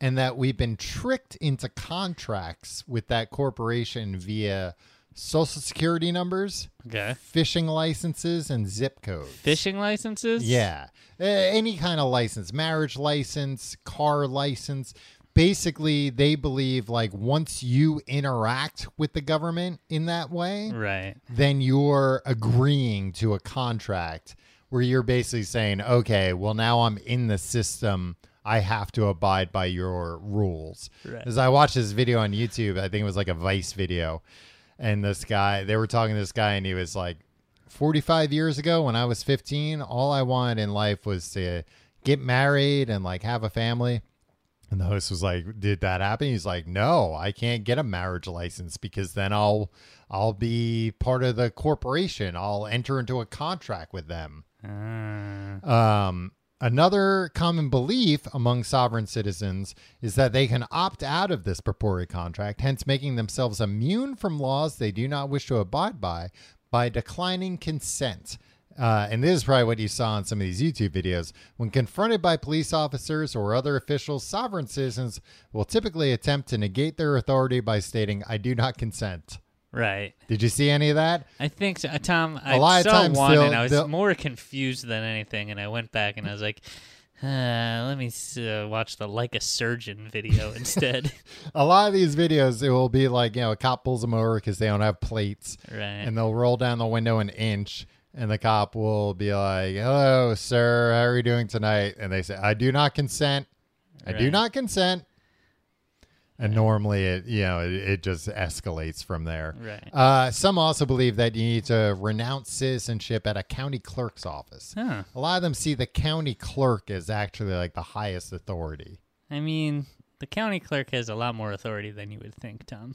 Speaker 2: and that we've been tricked into contracts with that corporation via social security numbers,
Speaker 3: Okay.
Speaker 2: fishing licenses, and zip codes.
Speaker 3: Fishing licenses.
Speaker 2: Yeah. Uh, any kind of license, marriage license, car license. Basically, they believe like once you interact with the government in that way,
Speaker 3: Right.
Speaker 2: then you're agreeing to a contract where you're basically saying, okay, well, now I'm in the system. I have to abide by your rules.
Speaker 3: Right.
Speaker 2: As I watched this video on YouTube, I think it was like a Vice video. And this guy, they were talking to this guy, and he was like, 45 years ago when I was 15, all I wanted in life was to get married and like have a family. And the host was like, "Did that happen?" He's like, "No, I can't get a marriage license because then I'll I'll be part of the corporation. I'll enter into a contract with them."
Speaker 3: Ah.
Speaker 2: Um, Another common belief among sovereign citizens is that they can opt out of this purported contract, hence making themselves immune from laws they do not wish to abide by by declining consent. Uh, and this is probably what you saw in some of these YouTube videos. When confronted by police officers or other officials, sovereign citizens will typically attempt to negate their authority by stating, I do not consent.
Speaker 3: Right.
Speaker 2: Did you see any of that?
Speaker 3: I think so. Uh, Tom,
Speaker 2: A lot
Speaker 3: I
Speaker 2: of
Speaker 3: saw
Speaker 2: times
Speaker 3: one
Speaker 2: they'll-
Speaker 3: and I was
Speaker 2: they'll-
Speaker 3: more confused than anything. And I went back and I was like, uh, let me s- uh, watch the Like a Surgeon video instead.
Speaker 2: A lot of these videos, it will be like, you know, a cop pulls them over because they don't have plates.
Speaker 3: right.
Speaker 2: and they'll roll down the window an inch and the cop will be like hello sir how are you doing tonight and they say i do not consent i do
Speaker 3: Right.
Speaker 2: not consent and normally it you know it, it just escalates from there
Speaker 3: Right.
Speaker 2: uh, some also believe that you need to renounce citizenship at a county clerk's office
Speaker 3: Huh.
Speaker 2: a lot of them see the county clerk as actually like the highest authority
Speaker 3: I mean, the county clerk has a lot more authority than you would think, Tom.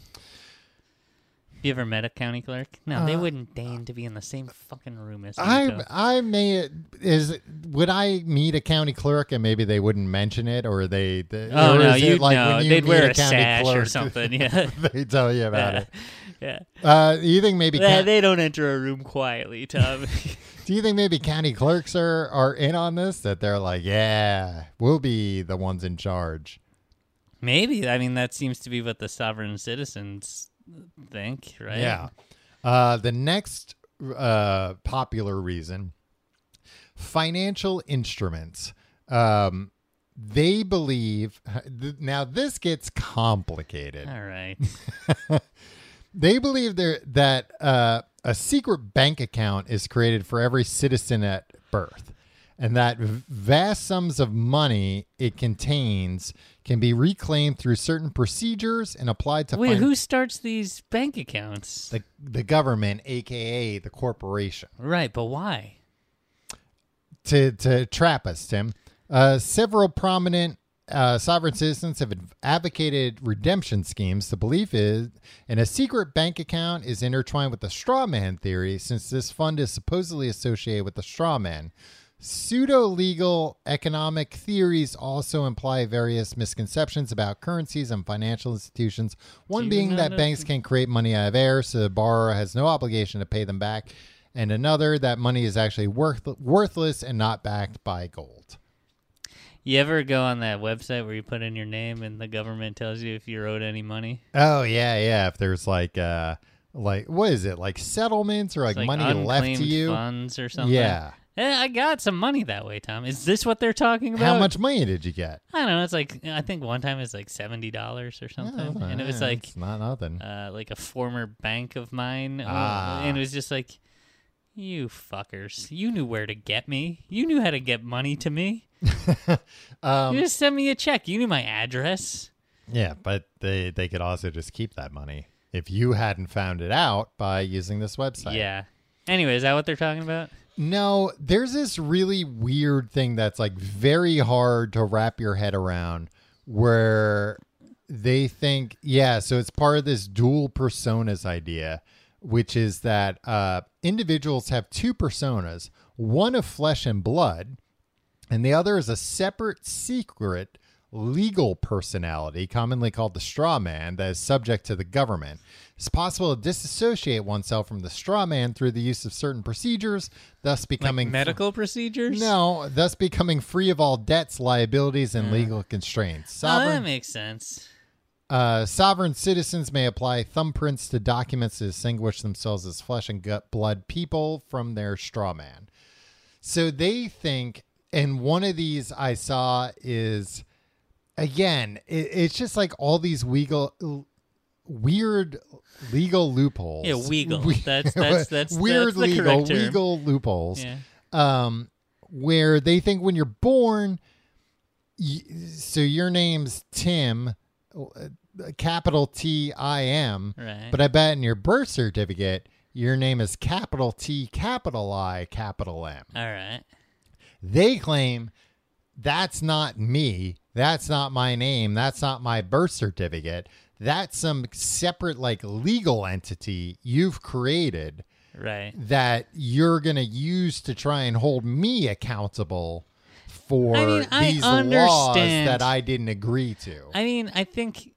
Speaker 3: Have you ever met a county clerk? No, they
Speaker 2: Uh,
Speaker 3: wouldn't deign to be in the same fucking room as you.
Speaker 2: I
Speaker 3: Tom.
Speaker 2: I may is would I meet a county clerk and maybe they wouldn't mention it or they, they
Speaker 3: Oh
Speaker 2: or
Speaker 3: no,
Speaker 2: is it
Speaker 3: you'd
Speaker 2: like
Speaker 3: know.
Speaker 2: when you
Speaker 3: They'd
Speaker 2: meet
Speaker 3: wear
Speaker 2: a
Speaker 3: a
Speaker 2: county
Speaker 3: sash or
Speaker 2: clerk,
Speaker 3: something. Yeah,
Speaker 2: they tell you about it.
Speaker 3: yeah.
Speaker 2: Uh, do you think maybe
Speaker 3: They,
Speaker 2: coun-
Speaker 3: they don't enter a room quietly, Tom.
Speaker 2: do you think maybe county clerks are are in on this that they're like yeah we'll be the ones in charge
Speaker 3: Maybe I mean that seems to be what the sovereign citizens think, right?
Speaker 2: yeah. Uh, the next uh, popular reason financial instruments. Um, they believe th- now this gets complicated.
Speaker 3: All right.
Speaker 2: They believe there that uh, a secret bank account is created for every citizen at birth, and that v- vast sums of money it contains can be reclaimed through certain procedures and applied to
Speaker 3: Wait,
Speaker 2: fin-
Speaker 3: who starts these bank accounts?
Speaker 2: the the government, aka the corporation.
Speaker 3: right, but why?
Speaker 2: to to trap us, Tim. Uh, several prominent uh, sovereign citizens have adv- advocated redemption schemes. The belief is, and a secret bank account is intertwined with the straw man theory, since this fund is supposedly associated with the straw man. Pseudo legal economic theories also imply various misconceptions about currencies and financial institutions. One
Speaker 3: you
Speaker 2: being
Speaker 3: know
Speaker 2: that
Speaker 3: that-
Speaker 2: banks can create money out of air, so the borrower has no obligation to pay them back. And another, that money is actually worth- worthless and not backed by gold.
Speaker 3: You ever go on that website where you put in your name and the government tells you if you're owed any money?
Speaker 2: Oh yeah, yeah. If there's like, uh, like what is it? Like settlements or like,
Speaker 3: It's like
Speaker 2: money left to
Speaker 3: unclaimed
Speaker 2: you?
Speaker 3: funds or something.
Speaker 2: Yeah.
Speaker 3: Eh, I got some money that way, Tom. Is this what they're talking about?
Speaker 2: How much money did you get?
Speaker 3: I don't know. It's like I think one time it's like seventy dollars or something,
Speaker 2: Oh,
Speaker 3: and it was
Speaker 2: yeah,
Speaker 3: like
Speaker 2: it's not nothing.
Speaker 3: uh, like a former bank of mine, uh,
Speaker 2: Ah.
Speaker 3: and it was just like, you fuckers, you knew where to get me. You knew how to get money to me. you just sent me a check. You knew my address.
Speaker 2: yeah, but they they could also just keep that money if you hadn't found it out by using this website.
Speaker 3: Yeah. Anyway, is that what they're talking about?
Speaker 2: No, there's this really weird thing that's like very hard to wrap your head around where they think, yeah, so it's part of this dual personas idea, which is that uh, individuals have two personas one of flesh and blood, and the other is a separate secret legal personality, commonly called the straw man, that is subject to the government. It's possible to disassociate oneself from the straw man through the use of certain procedures, thus becoming
Speaker 3: like medical procedures? Oh,
Speaker 2: no, thus becoming free of all debts, liabilities,
Speaker 3: Hmm.
Speaker 2: and legal constraints.
Speaker 3: Oh, that
Speaker 2: Sovereign,
Speaker 3: makes sense.
Speaker 2: uh, sovereign citizens may apply thumbprints to documents to distinguish themselves as flesh and gut blood people from their straw man. So they think, and one of these I saw is, again, it, it's just like all these legal, weird legal loopholes.
Speaker 3: Yeah, weagle. That's- that's- that's-
Speaker 2: weird
Speaker 3: that's the
Speaker 2: legal
Speaker 3: correct term.
Speaker 2: legal loopholes
Speaker 3: Yeah.
Speaker 2: um, where they think when you're born, y so your name's Tim, uh, capital T I M,
Speaker 3: Right.
Speaker 2: but I bet in your birth certificate, your name is capital T, capital I, capital M.
Speaker 3: All right.
Speaker 2: They claim that's not me, that's not my name, that's not my birth certificate. That's some separate, like, legal entity you've created
Speaker 3: Right.
Speaker 2: that you're going to use to try and hold me accountable for
Speaker 3: I mean, I
Speaker 2: these laws
Speaker 3: understand.
Speaker 2: that I didn't agree to.
Speaker 3: I mean, I think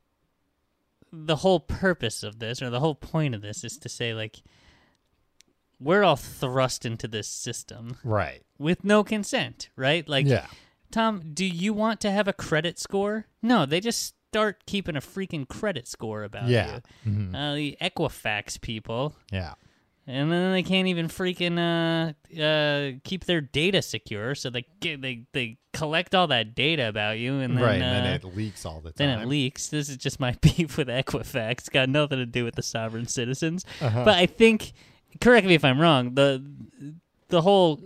Speaker 3: the whole purpose of this, or the whole point of this, is to say like we're all thrust into this system
Speaker 2: right.
Speaker 3: with no consent, right? Like,
Speaker 2: Yeah.
Speaker 3: Tom, do you want to have a credit score? No, they just start keeping a freaking credit score about
Speaker 2: Yeah. Mm-hmm.
Speaker 3: you. Uh, the Equifax people,
Speaker 2: Yeah.
Speaker 3: and then they can't even freaking uh, uh, keep their data secure, so they get, they they collect all that data about you, and then
Speaker 2: right. And
Speaker 3: uh,
Speaker 2: then it leaks all the time.
Speaker 3: then it leaks. This is just my beef with Equifax. It's got nothing to do with the sovereign citizens. But I think, correct me if I'm wrong, the the whole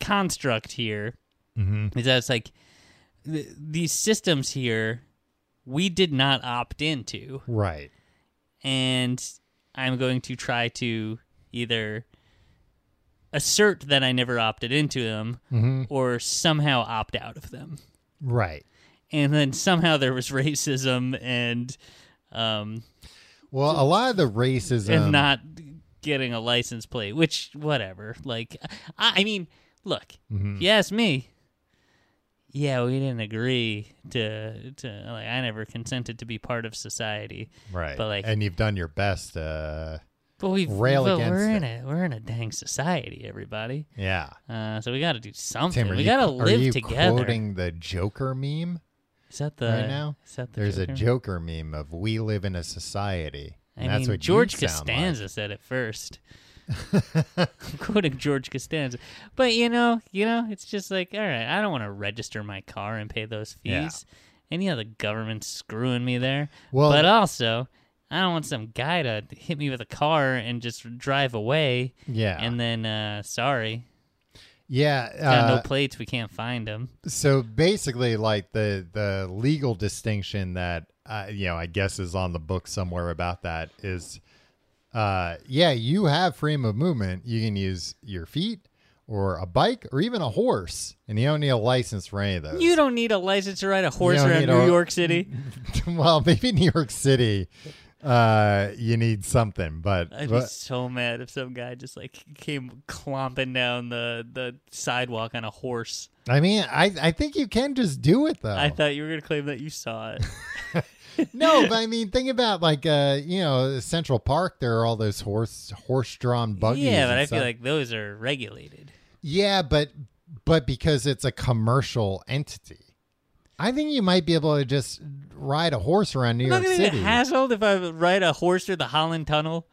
Speaker 3: construct here is that it's like th- these systems here we did not opt into,
Speaker 2: Right.
Speaker 3: and I'm going to try to either assert that I never opted into them or somehow opt out of them
Speaker 2: Right.
Speaker 3: and then somehow there was racism and um
Speaker 2: Well, a lot of the racism.
Speaker 3: and not getting a license plate which whatever like i, I mean look
Speaker 2: Mm-hmm.
Speaker 3: if you ask me yeah we didn't agree to to like i never consented to be part of society
Speaker 2: Right.
Speaker 3: but like
Speaker 2: and you've done your best. Uh,
Speaker 3: but we've
Speaker 2: rail
Speaker 3: but
Speaker 2: against
Speaker 3: we're
Speaker 2: it.
Speaker 3: in a we're in a dang society everybody
Speaker 2: yeah.
Speaker 3: uh so we gotta do something
Speaker 2: Tim, are
Speaker 3: we
Speaker 2: you,
Speaker 3: gotta
Speaker 2: are
Speaker 3: live
Speaker 2: you
Speaker 3: together
Speaker 2: quoting the Joker meme
Speaker 3: is that the
Speaker 2: right now?
Speaker 3: is that the
Speaker 2: There's
Speaker 3: Joker?
Speaker 2: a Joker meme of "We live in a society."
Speaker 3: I
Speaker 2: And that's
Speaker 3: mean,
Speaker 2: what you
Speaker 3: George
Speaker 2: sound like.
Speaker 3: Costanza said it first. I'm quoting George Costanza, but you know, you know, it's just like, all right, I don't want to register my car and pay those fees,
Speaker 2: Yeah.
Speaker 3: and you know, the government's screwing me there.
Speaker 2: Well-
Speaker 3: but also, I don't want some guy to hit me with a car and just drive away,
Speaker 2: Yeah.
Speaker 3: and then, uh, sorry,
Speaker 2: yeah.
Speaker 3: got
Speaker 2: uh,
Speaker 3: no plates, we can't find him.
Speaker 2: so basically like the the legal distinction that uh, you know i guess is on the book somewhere about that is uh yeah you have freedom of movement you can use your feet or a bike or even a horse and you don't need a license for any of those
Speaker 3: You don't need a license to ride a horse
Speaker 2: don't
Speaker 3: around
Speaker 2: need
Speaker 3: New
Speaker 2: a-
Speaker 3: York City.
Speaker 2: well maybe new york city uh you need something but,
Speaker 3: I'd be
Speaker 2: but-
Speaker 3: so mad if some guy just like came clomping down the, the sidewalk on a horse.
Speaker 2: i mean i i think you can just do it though
Speaker 3: I thought you were gonna claim that you saw it.
Speaker 2: No, but I mean, think about like uh, you know, Central Park. There are all those horse horse-drawn buggies.
Speaker 3: yeah, but
Speaker 2: and
Speaker 3: I
Speaker 2: stuff.
Speaker 3: feel like those are regulated.
Speaker 2: yeah, but but because it's a commercial entity, I think you might be able to just ride a horse around New
Speaker 3: I'm not
Speaker 2: York
Speaker 3: gonna get
Speaker 2: City.
Speaker 3: hassled if I ride a horse through the Holland Tunnel.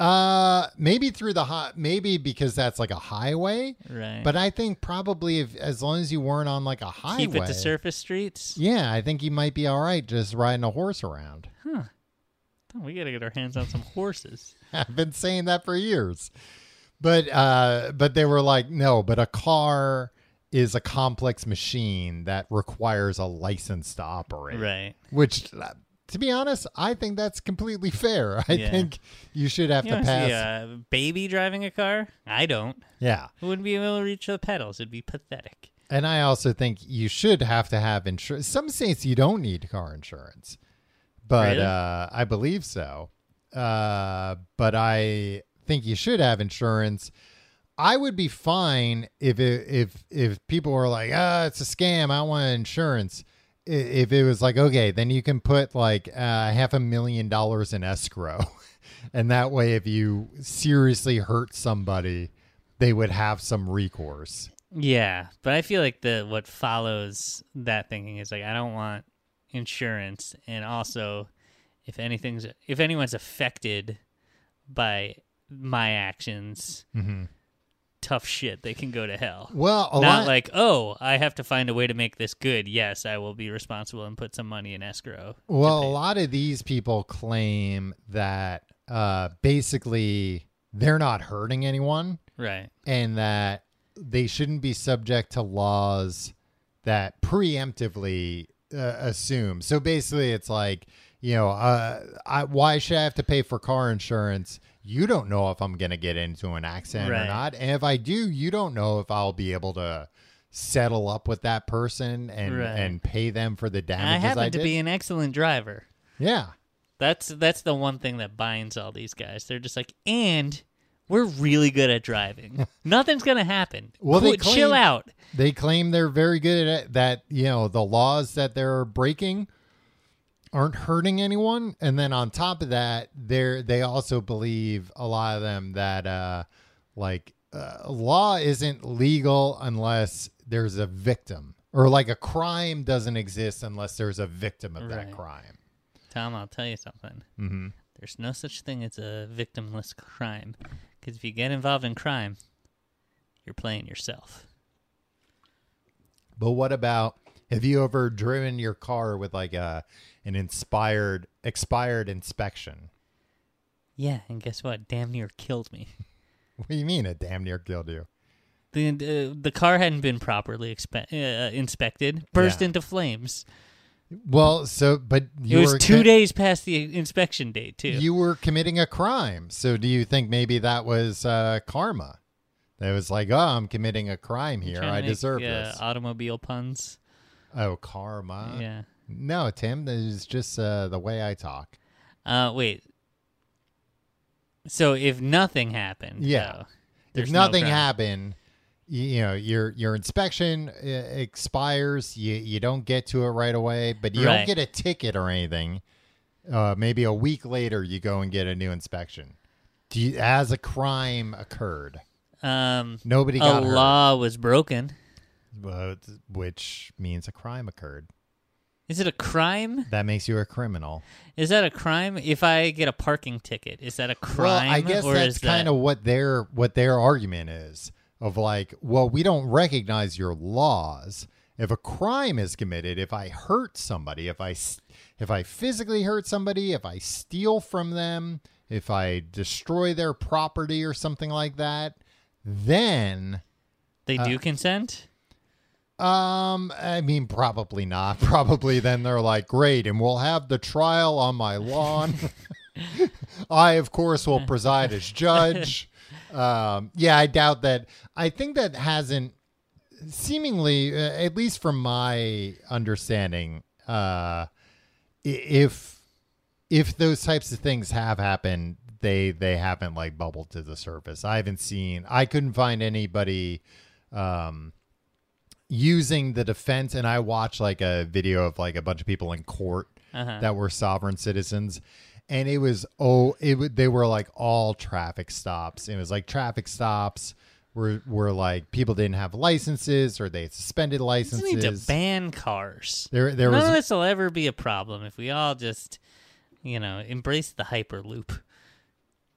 Speaker 2: uh, maybe through the hot, maybe because that's like a highway.
Speaker 3: Right.
Speaker 2: But I think probably if as long as you weren't on like a highway,
Speaker 3: Keep it to surface streets.
Speaker 2: Yeah, I think you might be all right just riding a horse around.
Speaker 3: Oh, we gotta get our hands on some horses.
Speaker 2: I've been saying that for years. But uh but they were like, no, but a car is a complex machine that requires a license to operate.
Speaker 3: Right.
Speaker 2: Which uh, to be honest, I think that's completely fair. I
Speaker 3: Yeah.
Speaker 2: think you should have
Speaker 3: You
Speaker 2: to
Speaker 3: wanna
Speaker 2: pass.
Speaker 3: see a baby driving a car? I don't.
Speaker 2: Yeah.
Speaker 3: I wouldn't be able to reach the pedals. It'd be pathetic.
Speaker 2: And I also think you should have to have insurance. Some states you don't need car insurance, but
Speaker 3: Really?
Speaker 2: uh, I believe so. Uh, but I think you should have insurance. I would be fine if it, if if people were like, "Ah, it's a scam. I want insurance." I- If it was like, "Okay, then you can put like uh, half a million dollars in escrow," and that way, if you seriously hurt somebody, they would have some recourse.
Speaker 3: Yeah, but I feel like the what follows that thinking is like I don't want insurance, and also if anything's if anyone's affected by my actions, tough shit, they can go to hell.
Speaker 2: Mm-hmm. Well, a
Speaker 3: Not
Speaker 2: lot
Speaker 3: like oh, I have to find a way to make this good. Yes, I will be responsible and put some money in escrow.
Speaker 2: Well, a lot of these people claim that uh, basically they're not hurting anyone
Speaker 3: Right.
Speaker 2: and that they shouldn't be subject to laws that preemptively uh, assume. So basically, it's like, you know, uh, I, why should I have to pay for car insurance? You don't know if I'm going to get into an accident
Speaker 3: Right.
Speaker 2: or not. And if I do, you don't know if I'll be able to settle up with that person and,
Speaker 3: Right.
Speaker 2: and pay them for the
Speaker 3: I
Speaker 2: damages
Speaker 3: happen
Speaker 2: I,
Speaker 3: to
Speaker 2: did.
Speaker 3: be an excellent driver.
Speaker 2: yeah.
Speaker 3: That's that's the one thing that binds all these guys. They're just like, and We're really good at driving. Nothing's gonna happen.
Speaker 2: Well, they
Speaker 3: Cool- chill
Speaker 2: claim-
Speaker 3: out.
Speaker 2: They claim they're very good at it, that, you know, the laws that they're breaking aren't hurting anyone. And then on top of that, they're they also believe a lot of them that uh like uh, law isn't legal unless there's a victim. Or like a crime doesn't exist unless there's a victim of that
Speaker 3: Right.
Speaker 2: crime.
Speaker 3: Tom, I'll tell you something.
Speaker 2: Mm-hmm.
Speaker 3: There's no such thing as a victimless crime, because if you get involved in crime, you're playing yourself.
Speaker 2: But what about have you ever driven your car with like a an inspired expired inspection?
Speaker 3: Yeah, and guess what? Damn near killed me.
Speaker 2: What do you mean it damn near killed you?
Speaker 3: The uh, the car hadn't been properly expe- uh, inspected. Burst
Speaker 2: Yeah.
Speaker 3: into flames.
Speaker 2: Well, so but you
Speaker 3: it was
Speaker 2: were
Speaker 3: two
Speaker 2: co-
Speaker 3: days past the inspection date too.
Speaker 2: You were committing a crime. So do you think maybe that was uh, karma? That was like, oh, I'm committing a crime here.
Speaker 3: Trying to
Speaker 2: I
Speaker 3: make,
Speaker 2: deserve
Speaker 3: uh,
Speaker 2: this.
Speaker 3: Automobile puns.
Speaker 2: oh, karma.
Speaker 3: yeah.
Speaker 2: No, Tim, that is just uh, the way I talk.
Speaker 3: Uh, wait. So if nothing happened,
Speaker 2: Yeah.
Speaker 3: though,
Speaker 2: if
Speaker 3: there's no
Speaker 2: nothing
Speaker 3: ground.
Speaker 2: happened you, you know your your inspection uh, expires you you don't get to it right away but you don't
Speaker 3: Right.
Speaker 2: get a ticket or anything uh, maybe a week later you go and get a new inspection Do you, as a crime occurred
Speaker 3: um,
Speaker 2: nobody
Speaker 3: a
Speaker 2: got
Speaker 3: law was broken.
Speaker 2: hurt but, which means a crime occurred
Speaker 3: Is it a crime?
Speaker 2: that makes you a criminal
Speaker 3: Is that a crime? If I get a parking ticket, is that a crime?
Speaker 2: well i guess
Speaker 3: or
Speaker 2: that's
Speaker 3: is that-
Speaker 2: kind of what their what their argument is of like well we don't recognize your laws if a crime is committed if i hurt somebody if i s- if i physically hurt somebody if i steal from them if i destroy their property or something like that then
Speaker 3: they
Speaker 2: uh,
Speaker 3: do consent.
Speaker 2: um i mean probably not probably then they're like great and we'll have the trial on my lawn I, of course, will preside as judge. Um, yeah, I doubt that. I think that hasn't, seemingly, uh, at least from my understanding, uh, i- if if those types of things have happened, they they haven't like bubbled to the surface. I haven't seen. I couldn't find anybody. Um, using the defense and i watched like a video of like a bunch of people in court that were sovereign citizens and it was oh it w- they were like all traffic stops it was like traffic stops were were like people didn't have licenses or they had suspended
Speaker 3: We just need to
Speaker 2: licenses
Speaker 3: ban cars.
Speaker 2: there there
Speaker 3: None
Speaker 2: was
Speaker 3: of this will ever be a problem if we all just, you know, embrace the hyperloop.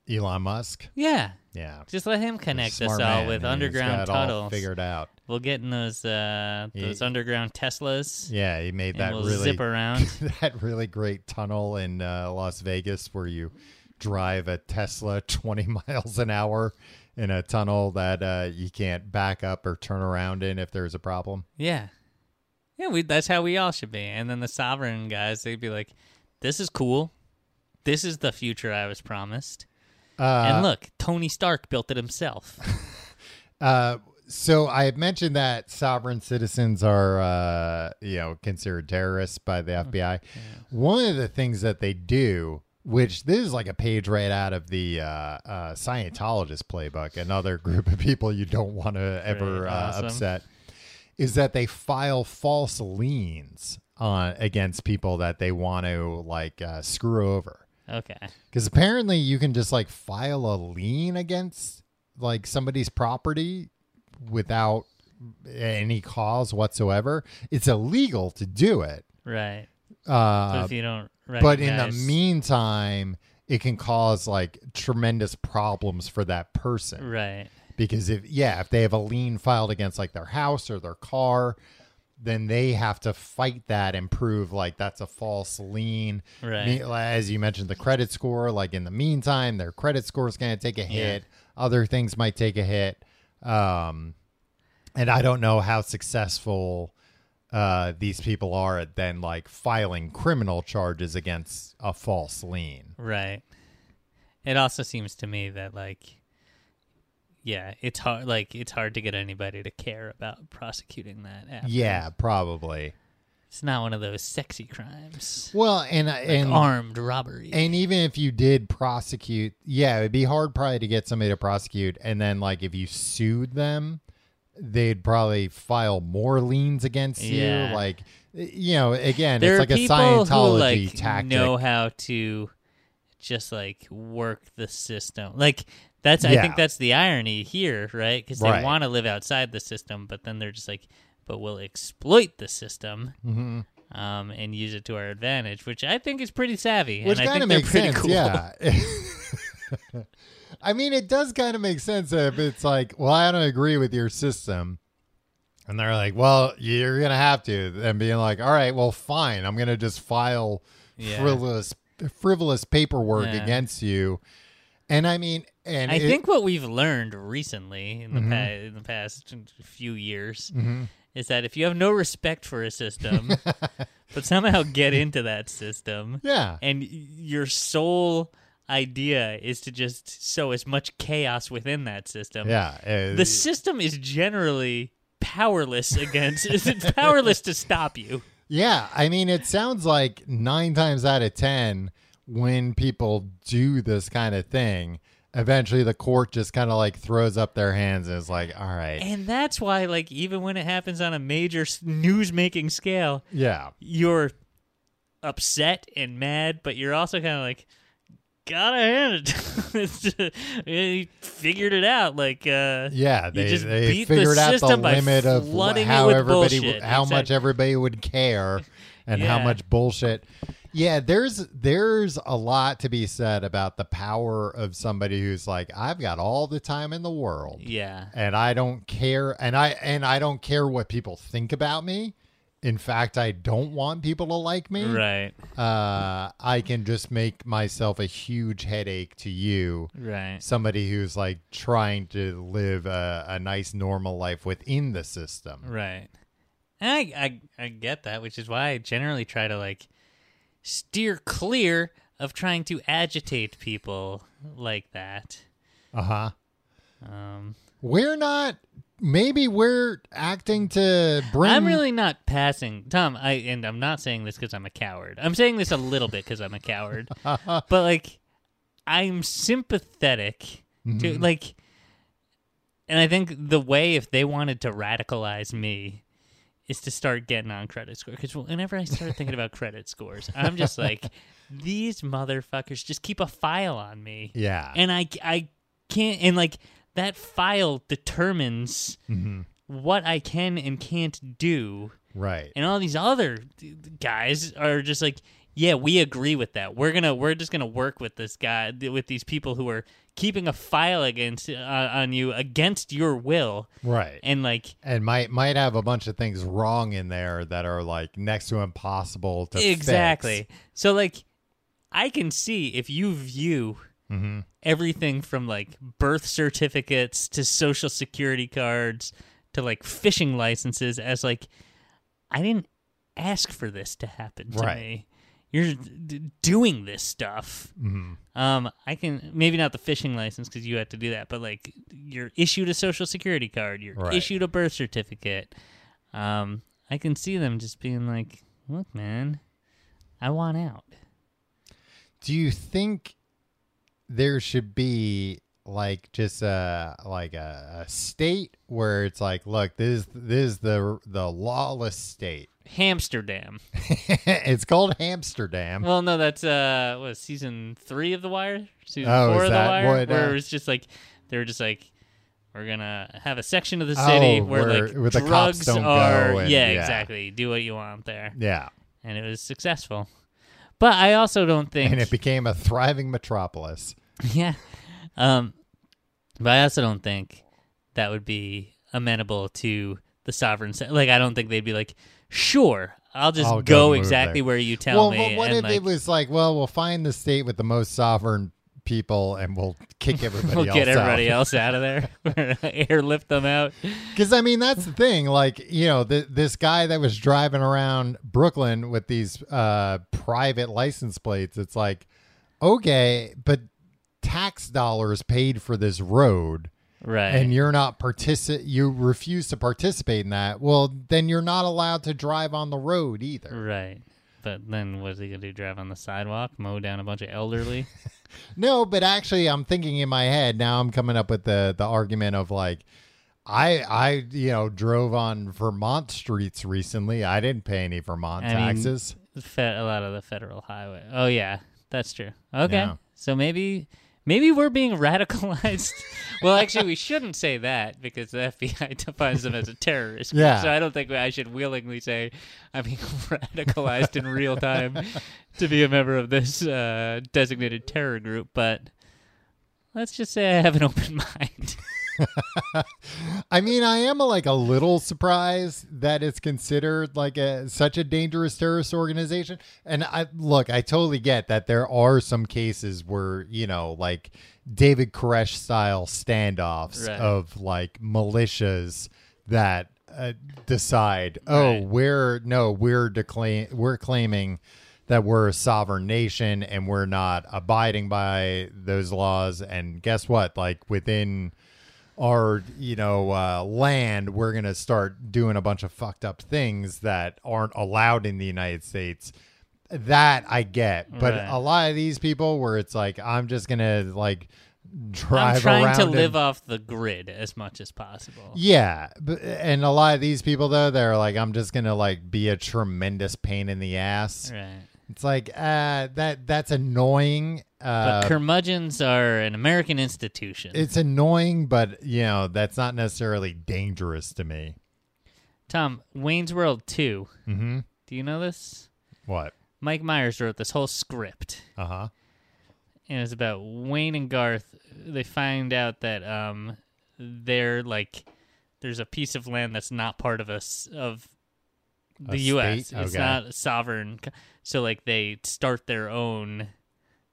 Speaker 2: Elon Musk
Speaker 3: Yeah,
Speaker 2: yeah
Speaker 3: just let him connect us all
Speaker 2: Smart man.
Speaker 3: with
Speaker 2: He's
Speaker 3: underground
Speaker 2: got it all
Speaker 3: tunnels.
Speaker 2: figured out
Speaker 3: We'll get in those uh,
Speaker 2: Yeah.
Speaker 3: those underground Teslas.
Speaker 2: yeah he made
Speaker 3: And
Speaker 2: that
Speaker 3: we'll
Speaker 2: really
Speaker 3: zip around.
Speaker 2: that really great tunnel in uh, Las Vegas where you drive a Tesla 20 miles an hour in a tunnel that uh, you can't back up or turn around in if there's a problem.
Speaker 3: Yeah. Yeah, we that's how we all should be. And then the sovereign guys, they'd be like, This is cool. This is the future I was promised.
Speaker 2: Uh,
Speaker 3: and look, Tony Stark built it himself.
Speaker 2: Uh, so I had mentioned that sovereign citizens are, uh, you know, considered terrorists by the
Speaker 3: Mm-hmm.
Speaker 2: FBI. One of the things that they do, which this is like a page right out of the uh, uh, Scientologist playbook, another group of people you don't want to ever
Speaker 3: Great,
Speaker 2: uh,
Speaker 3: awesome.
Speaker 2: upset, is that they file false liens on against people that they want to like uh, screw over.
Speaker 3: Okay.
Speaker 2: Because apparently you can just like file a lien against like somebody's property without any cause whatsoever. It's illegal to do it.
Speaker 3: Right. So
Speaker 2: Uh,
Speaker 3: if you don't
Speaker 2: but in the
Speaker 3: recognize-
Speaker 2: meantime, it can cause like tremendous problems for that person.
Speaker 3: Right.
Speaker 2: Because if, yeah, if they have a lien filed against like their house or their car, then they have to fight that and prove like that's a false lien.
Speaker 3: Right.
Speaker 2: Me- as you mentioned, the credit score, like in the meantime, their credit score is going to take a hit. Other things might take a hit. Um, and I don't know how successful uh, these people are at then like filing criminal charges against a false lien.
Speaker 3: Right. It also seems to me that like yeah, it's hard like it's hard to get anybody to care about prosecuting that. After.
Speaker 2: Yeah, probably.
Speaker 3: It's not one of those sexy crimes.
Speaker 2: Well, and and
Speaker 3: Armed robbery.
Speaker 2: And even if you did prosecute, yeah, it'd be hard probably to get somebody to prosecute. And then, like, if you sued them, they'd probably file more liens against
Speaker 3: Yeah.
Speaker 2: you. Like, you know, again,
Speaker 3: there
Speaker 2: it's
Speaker 3: are
Speaker 2: like a
Speaker 3: people
Speaker 2: Scientology
Speaker 3: who, like,
Speaker 2: tactic.
Speaker 3: Know how to just like work the system. Like that's I
Speaker 2: Yeah.
Speaker 3: think that's the irony here, right? Because
Speaker 2: Right.
Speaker 3: they want to live outside the system, but then they're just like, but we'll exploit the system.
Speaker 2: Mm-hmm.
Speaker 3: Um, and use it to our advantage, which I think is pretty savvy,
Speaker 2: which
Speaker 3: and I
Speaker 2: kind
Speaker 3: think
Speaker 2: of
Speaker 3: they're
Speaker 2: makes
Speaker 3: pretty
Speaker 2: sense.
Speaker 3: cool.
Speaker 2: Yeah. I mean, it does kind of make sense if it's like, well, I don't agree with your system. And they're like, well, you're going to have to. And being like, all right, well, fine. I'm going to just file
Speaker 3: Yeah.
Speaker 2: frivolous, frivolous paperwork
Speaker 3: Yeah.
Speaker 2: against you. And I mean, and
Speaker 3: I
Speaker 2: it- Mm-hmm.
Speaker 3: think what we've learned recently in the pa- in the past few years is that if you have no respect for a system, but somehow get into that system,
Speaker 2: yeah.
Speaker 3: and y- your sole idea is to just sow as much chaos within that system.
Speaker 2: Yeah. uh,
Speaker 3: The system is generally powerless against it's powerless to stop you.
Speaker 2: Yeah, I mean, it sounds like nine times out of ten, when people do this kind of thing, eventually the court just kind of like throws up their hands and is like, "All right,
Speaker 3: And that's why like even when it happens on a major news making scale,
Speaker 2: yeah,
Speaker 3: you're upset and mad, but you're also kind of like, gotta hand it. It's just- he figured it out. Like, uh,
Speaker 2: yeah." They,
Speaker 3: just
Speaker 2: they
Speaker 3: beat the
Speaker 2: figured out the
Speaker 3: system by
Speaker 2: limit of
Speaker 3: flooding it
Speaker 2: how
Speaker 3: with
Speaker 2: everybody,
Speaker 3: bullshit.
Speaker 2: how much
Speaker 3: Exactly.
Speaker 2: everybody would care, and how
Speaker 3: Yeah.
Speaker 2: much bullshit. Yeah, there's there's a lot to be said about the power of somebody who's like, "I've got all the time in the world."
Speaker 3: yeah,
Speaker 2: and I don't care and I and I don't care what people think about me. In fact, I don't want people to like me.
Speaker 3: right,
Speaker 2: Uh, I can just make myself a huge headache to you,
Speaker 3: right.
Speaker 2: somebody who's like trying to live a, a nice normal life within the system.
Speaker 3: Right. And I, I I get that, which is why I generally try to like steer clear of trying to agitate people like that.
Speaker 2: Uh huh.
Speaker 3: Um,
Speaker 2: We're not. Maybe we're acting to bring.
Speaker 3: I'm really not passing, Tom. I and I'm not saying this because I'm a coward. I'm saying this a little bit because I'm a coward. but like, I'm sympathetic to
Speaker 2: Mm-hmm.
Speaker 3: like, and I think the way if they wanted to radicalize me is to start getting on credit score because whenever I start thinking about credit scores, I'm just like, these motherfuckers just keep a file on me
Speaker 2: Yeah.
Speaker 3: and I I can't and like that file determines what I can and can't do,
Speaker 2: right.
Speaker 3: and all these other d- d- guys are just like, yeah, we agree with that. We're gonna we're just gonna work with this guy th- with these people who are keeping a file against uh, on you against your will,
Speaker 2: right.
Speaker 3: and like
Speaker 2: and might might have a bunch of things wrong in there that are like next to impossible to fix.
Speaker 3: exactly. So like, I can see if you view.
Speaker 2: Mm-hmm.
Speaker 3: Everything from like birth certificates to social security cards to like fishing licenses as like I didn't ask for this to happen to
Speaker 2: Right.
Speaker 3: me. You're d- doing this stuff. Um, I can maybe not the fishing license because you had to do that, but like you're issued a social security card, you're
Speaker 2: Right.
Speaker 3: issued a birth certificate. Um, I can see them just being like, "Look, man, I want out."
Speaker 2: Do you think there should be like just a like a, a state where it's like, look, this is this is the the lawless state.
Speaker 3: Hamsterdam.
Speaker 2: it's called Amsterdam.
Speaker 3: Well, no, that's uh, what season three of The Wire, season
Speaker 2: Oh,
Speaker 3: four
Speaker 2: is
Speaker 3: of The
Speaker 2: that
Speaker 3: Wire,
Speaker 2: what, uh,
Speaker 3: where it was just like they were just like, we're gonna have a section of the city
Speaker 2: Oh,
Speaker 3: where,
Speaker 2: where-
Speaker 3: like
Speaker 2: where the cops
Speaker 3: drugs
Speaker 2: don't go
Speaker 3: are,
Speaker 2: and-
Speaker 3: yeah,
Speaker 2: yeah.
Speaker 3: exactly, do what you want there,
Speaker 2: yeah.
Speaker 3: and it was successful. But I also don't think,
Speaker 2: And it became a thriving metropolis.
Speaker 3: yeah, um, but I also don't think that would be amenable to the sovereign. se- Like, I don't think they'd be like, sure, I'll just
Speaker 2: I'll go
Speaker 3: go,
Speaker 2: move
Speaker 3: exactly
Speaker 2: there."
Speaker 3: where you tell
Speaker 2: well,
Speaker 3: me.
Speaker 2: but what
Speaker 3: and,
Speaker 2: if
Speaker 3: like,
Speaker 2: it was like, well, we'll find the state with the most sovereign people and we'll kick everybody
Speaker 3: We'll
Speaker 2: else
Speaker 3: get
Speaker 2: out.
Speaker 3: everybody else out of there. Airlift them out.
Speaker 2: Because I mean, that's the thing. Like, you know, th- this guy that was driving around Brooklyn with these uh, private license plates. It's like, okay, but tax dollars paid for this road.
Speaker 3: Right.
Speaker 2: and you're not partici- you refuse to participate in that, well, then you're not allowed to drive on the road either.
Speaker 3: right. But then what is he going to do? Drive on the sidewalk, mow down a bunch of elderly?
Speaker 2: No, but actually, I'm thinking in my head now. I'm coming up with the the argument of like, I I you know drove on Vermont streets recently. I didn't pay any Vermont
Speaker 3: I mean,
Speaker 2: taxes.
Speaker 3: Fe- a lot of the federal highway. Oh yeah, that's true. Okay,
Speaker 2: Yeah.
Speaker 3: so maybe maybe we're being radicalized. well, actually, we shouldn't say that because the FBI defines them as a terrorist. group,
Speaker 2: Yeah.
Speaker 3: So I don't think I should willingly say I'm being radicalized in real time to be a member of this uh, designated terror group. But let's just say I have an open mind.
Speaker 2: I mean, I am uh, like a little surprised that it's considered like a such a dangerous terrorist organization. And I look, I totally get that there are some cases where you know, like David Koresh style standoffs
Speaker 3: Right.
Speaker 2: of like militias that uh, decide, oh,
Speaker 3: Right.
Speaker 2: we're no, we're declaim, we're claiming that we're a sovereign nation and we're not abiding by those laws. And guess what? Like within our you know uh, land we're going to start doing a bunch of fucked up things that aren't allowed in the united states that i get but
Speaker 3: Right.
Speaker 2: a lot of these people where it's like i'm just going to like drive
Speaker 3: I'm trying
Speaker 2: around
Speaker 3: to
Speaker 2: and-
Speaker 3: live off the grid as much as possible.
Speaker 2: yeah but, and a lot of these people though they're like i'm just going to like be a tremendous pain in the ass
Speaker 3: Right.
Speaker 2: it's like uh that that's annoying uh
Speaker 3: But curmudgeons are an American institution.
Speaker 2: it's annoying but you know that's not necessarily dangerous to me
Speaker 3: Tom, Wayne's World 2.
Speaker 2: mm-hmm
Speaker 3: Do you know this?
Speaker 2: what
Speaker 3: Mike Myers wrote this whole script,
Speaker 2: uh-huh
Speaker 3: and it's about Wayne and Garth. They find out that um, they're like there's a piece of land that's not part of us of the
Speaker 2: A
Speaker 3: U.S.
Speaker 2: state?
Speaker 3: It's
Speaker 2: Okay.
Speaker 3: not sovereign. co- So like they start their own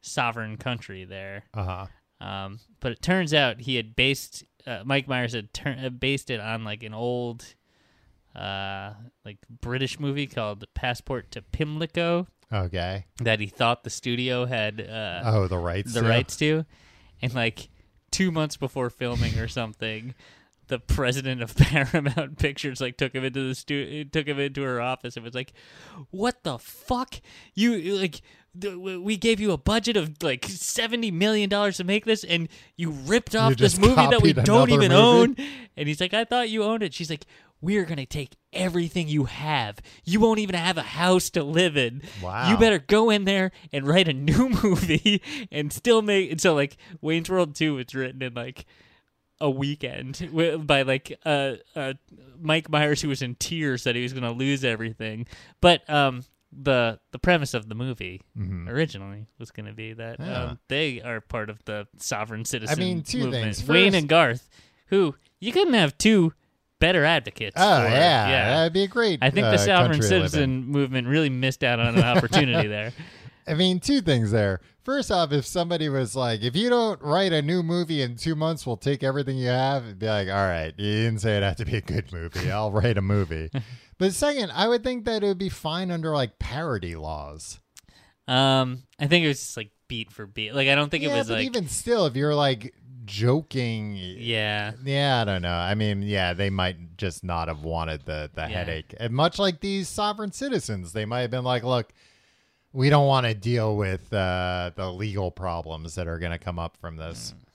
Speaker 3: sovereign country there.
Speaker 2: uh-huh
Speaker 3: Um, but it turns out he had based uh, Mike Myers had tur- uh, based it on like an old, uh, like British movie called Passport to Pimlico
Speaker 2: Okay.
Speaker 3: that he thought the studio had uh,
Speaker 2: Oh, the rights.
Speaker 3: the
Speaker 2: to-
Speaker 3: rights to, and like two months before filming or something. The president of Paramount Pictures like took him into the stu- took him into her office and was like, "What the fuck? You you, like th- w- we gave you a budget of like seventy million dollars to make this, and you ripped off this
Speaker 2: just
Speaker 3: movie that we
Speaker 2: copied
Speaker 3: don't
Speaker 2: another
Speaker 3: even own."
Speaker 2: movie?
Speaker 3: And he's like, "I thought you owned it." She's like, "We're gonna take everything you have. You won't even have a house to live in.
Speaker 2: Wow.
Speaker 3: You better." better go in there and write a new movie and still make and so like Wayne's World 2 it's written in like a weekend wi- by like uh, uh Mike Myers who was in tears that he was going to lose everything but um the the premise of the movie originally was going to be that
Speaker 2: Mm-hmm. Yeah.
Speaker 3: um, they are part of the sovereign citizen
Speaker 2: mean, two
Speaker 3: movement.
Speaker 2: things.
Speaker 3: Wayne
Speaker 2: First-
Speaker 3: and Garth who you couldn't have two better advocates
Speaker 2: Oh
Speaker 3: for-
Speaker 2: yeah, that'd be a great.
Speaker 3: I think
Speaker 2: uh,
Speaker 3: the sovereign
Speaker 2: country to live in.
Speaker 3: citizen movement really missed out on an opportunity there.
Speaker 2: I mean, two things there. First off, if somebody was like, "If you don't write a new movie in two months, we'll take everything you have," it'd be like, "All right, you didn't say it had to be a good movie. I'll write a movie." but second, I would think that it would be fine under like parody laws.
Speaker 3: Um, I think it was just like beat for beat. Like I don't think
Speaker 2: yeah,
Speaker 3: it was
Speaker 2: but
Speaker 3: like
Speaker 2: even still, if you're like joking,
Speaker 3: yeah,
Speaker 2: Yeah, I don't know. I mean, yeah, they might just not have wanted the the
Speaker 3: Yeah.
Speaker 2: headache. And much like these sovereign citizens, they might have been like, "Look, we don't want to deal with uh, the legal problems that are going to come up from this."
Speaker 3: Mm.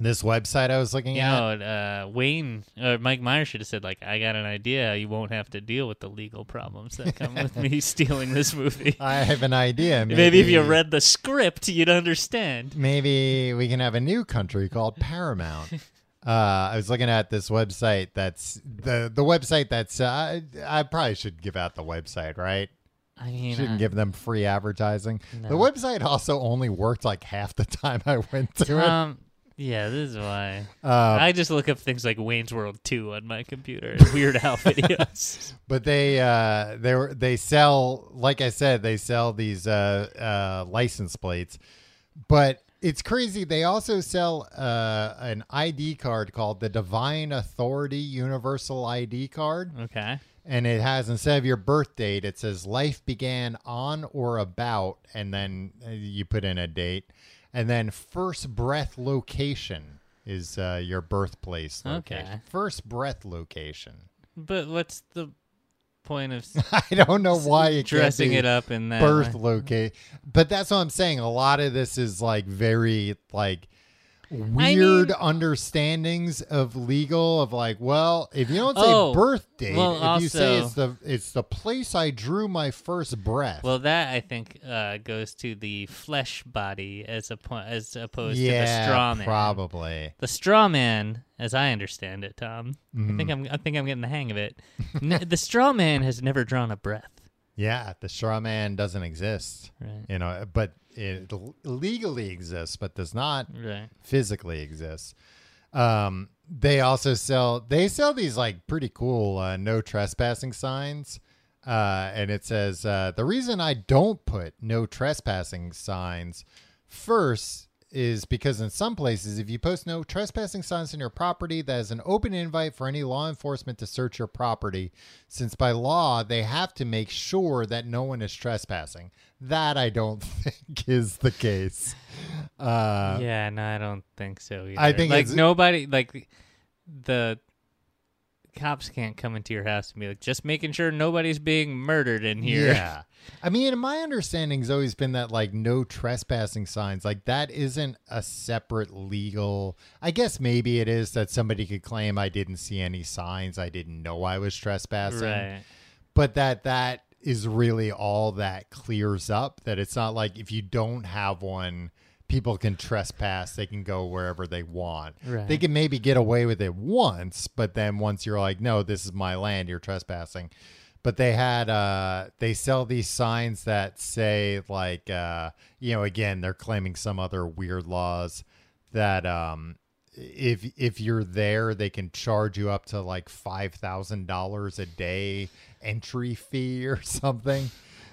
Speaker 2: This website I was looking
Speaker 3: you
Speaker 2: at.
Speaker 3: know, uh, Wayne or Mike Myers should have said like, "I got an idea. You won't have to deal with the legal problems that come with me stealing this movie.
Speaker 2: I have an idea. Maybe,
Speaker 3: Maybe, if you read the script, you'd understand."
Speaker 2: maybe we can have a new country called Paramount. Uh, I was looking at this website. That's the the website that's. Uh, I, I probably should give out the website, right?
Speaker 3: I mean,
Speaker 2: Shouldn't
Speaker 3: uh,
Speaker 2: give them free advertising. The website also only worked like half the time I went to it.
Speaker 3: um, yeah, this is why
Speaker 2: Uh,
Speaker 3: I just look up things like Wayne's World Two on my computer, Weird Al videos.
Speaker 2: But they uh, they were they sell like I said they sell these uh, uh, license plates. But it's crazy. They also sell uh, an ID card called the Divine Authority Universal ID card.
Speaker 3: okay,
Speaker 2: and it has instead of your birth date it says life began on or about and then uh, you put in a date and then first breath location is uh, your birthplace location.
Speaker 3: Okay.
Speaker 2: First breath location.
Speaker 3: But what's the point of
Speaker 2: I don't know why it
Speaker 3: dressing
Speaker 2: can't
Speaker 3: it
Speaker 2: be
Speaker 3: up in that?
Speaker 2: birth
Speaker 3: way?
Speaker 2: locate, but that's what I'm saying. A lot of this is like very like
Speaker 3: mean-
Speaker 2: weird understandings of legal of like, well, if you don't say
Speaker 3: Oh,
Speaker 2: birth date,
Speaker 3: well,
Speaker 2: if you say
Speaker 3: also-
Speaker 2: it's the it's the place I drew my first breath.
Speaker 3: Well, that I think uh, goes to the flesh body as oppo- as opposed to the
Speaker 2: yeah,
Speaker 3: straw man.
Speaker 2: probably.
Speaker 3: The straw man, as I understand it, Tom. I
Speaker 2: Mm-hmm.
Speaker 3: think I'm I think I'm getting the hang of it. N- the straw man has never drawn a breath.
Speaker 2: Yeah, the straw man doesn't exist.
Speaker 3: Right.
Speaker 2: You know, but it l- legally exists, but does not
Speaker 3: Right.
Speaker 2: physically exists. Um, they also sell they sell these like pretty cool uh, no trespassing signs, uh, and it says uh, the reason I don't put no trespassing signs first is because in some places if you post no trespassing signs on your property that is an open invite for any law enforcement to search your property since by law they have to make sure that no one is trespassing that i don't think is the case uh,
Speaker 3: yeah, no, I don't think so either.
Speaker 2: I think
Speaker 3: like
Speaker 2: it's-
Speaker 3: nobody like the cops can't come into your house and be like just making sure nobody's being murdered in here.
Speaker 2: Yeah. I mean, my understanding's always been that like no trespassing signs, like that isn't a separate legal. I guess maybe it is that somebody could claim I didn't see any signs, I didn't know I was trespassing,
Speaker 3: right.
Speaker 2: but that that is really all that clears up. That it's not like if you don't have one, people can trespass, they can go wherever they want.
Speaker 3: Right.
Speaker 2: They can maybe get away with it once, but then once you're like, no, this is my land, you're trespassing. But they had uh they sell these signs that say like uh you know again they're claiming some other weird laws that um if if you're there they can charge you up to like five thousand dollars a day entry fee or something.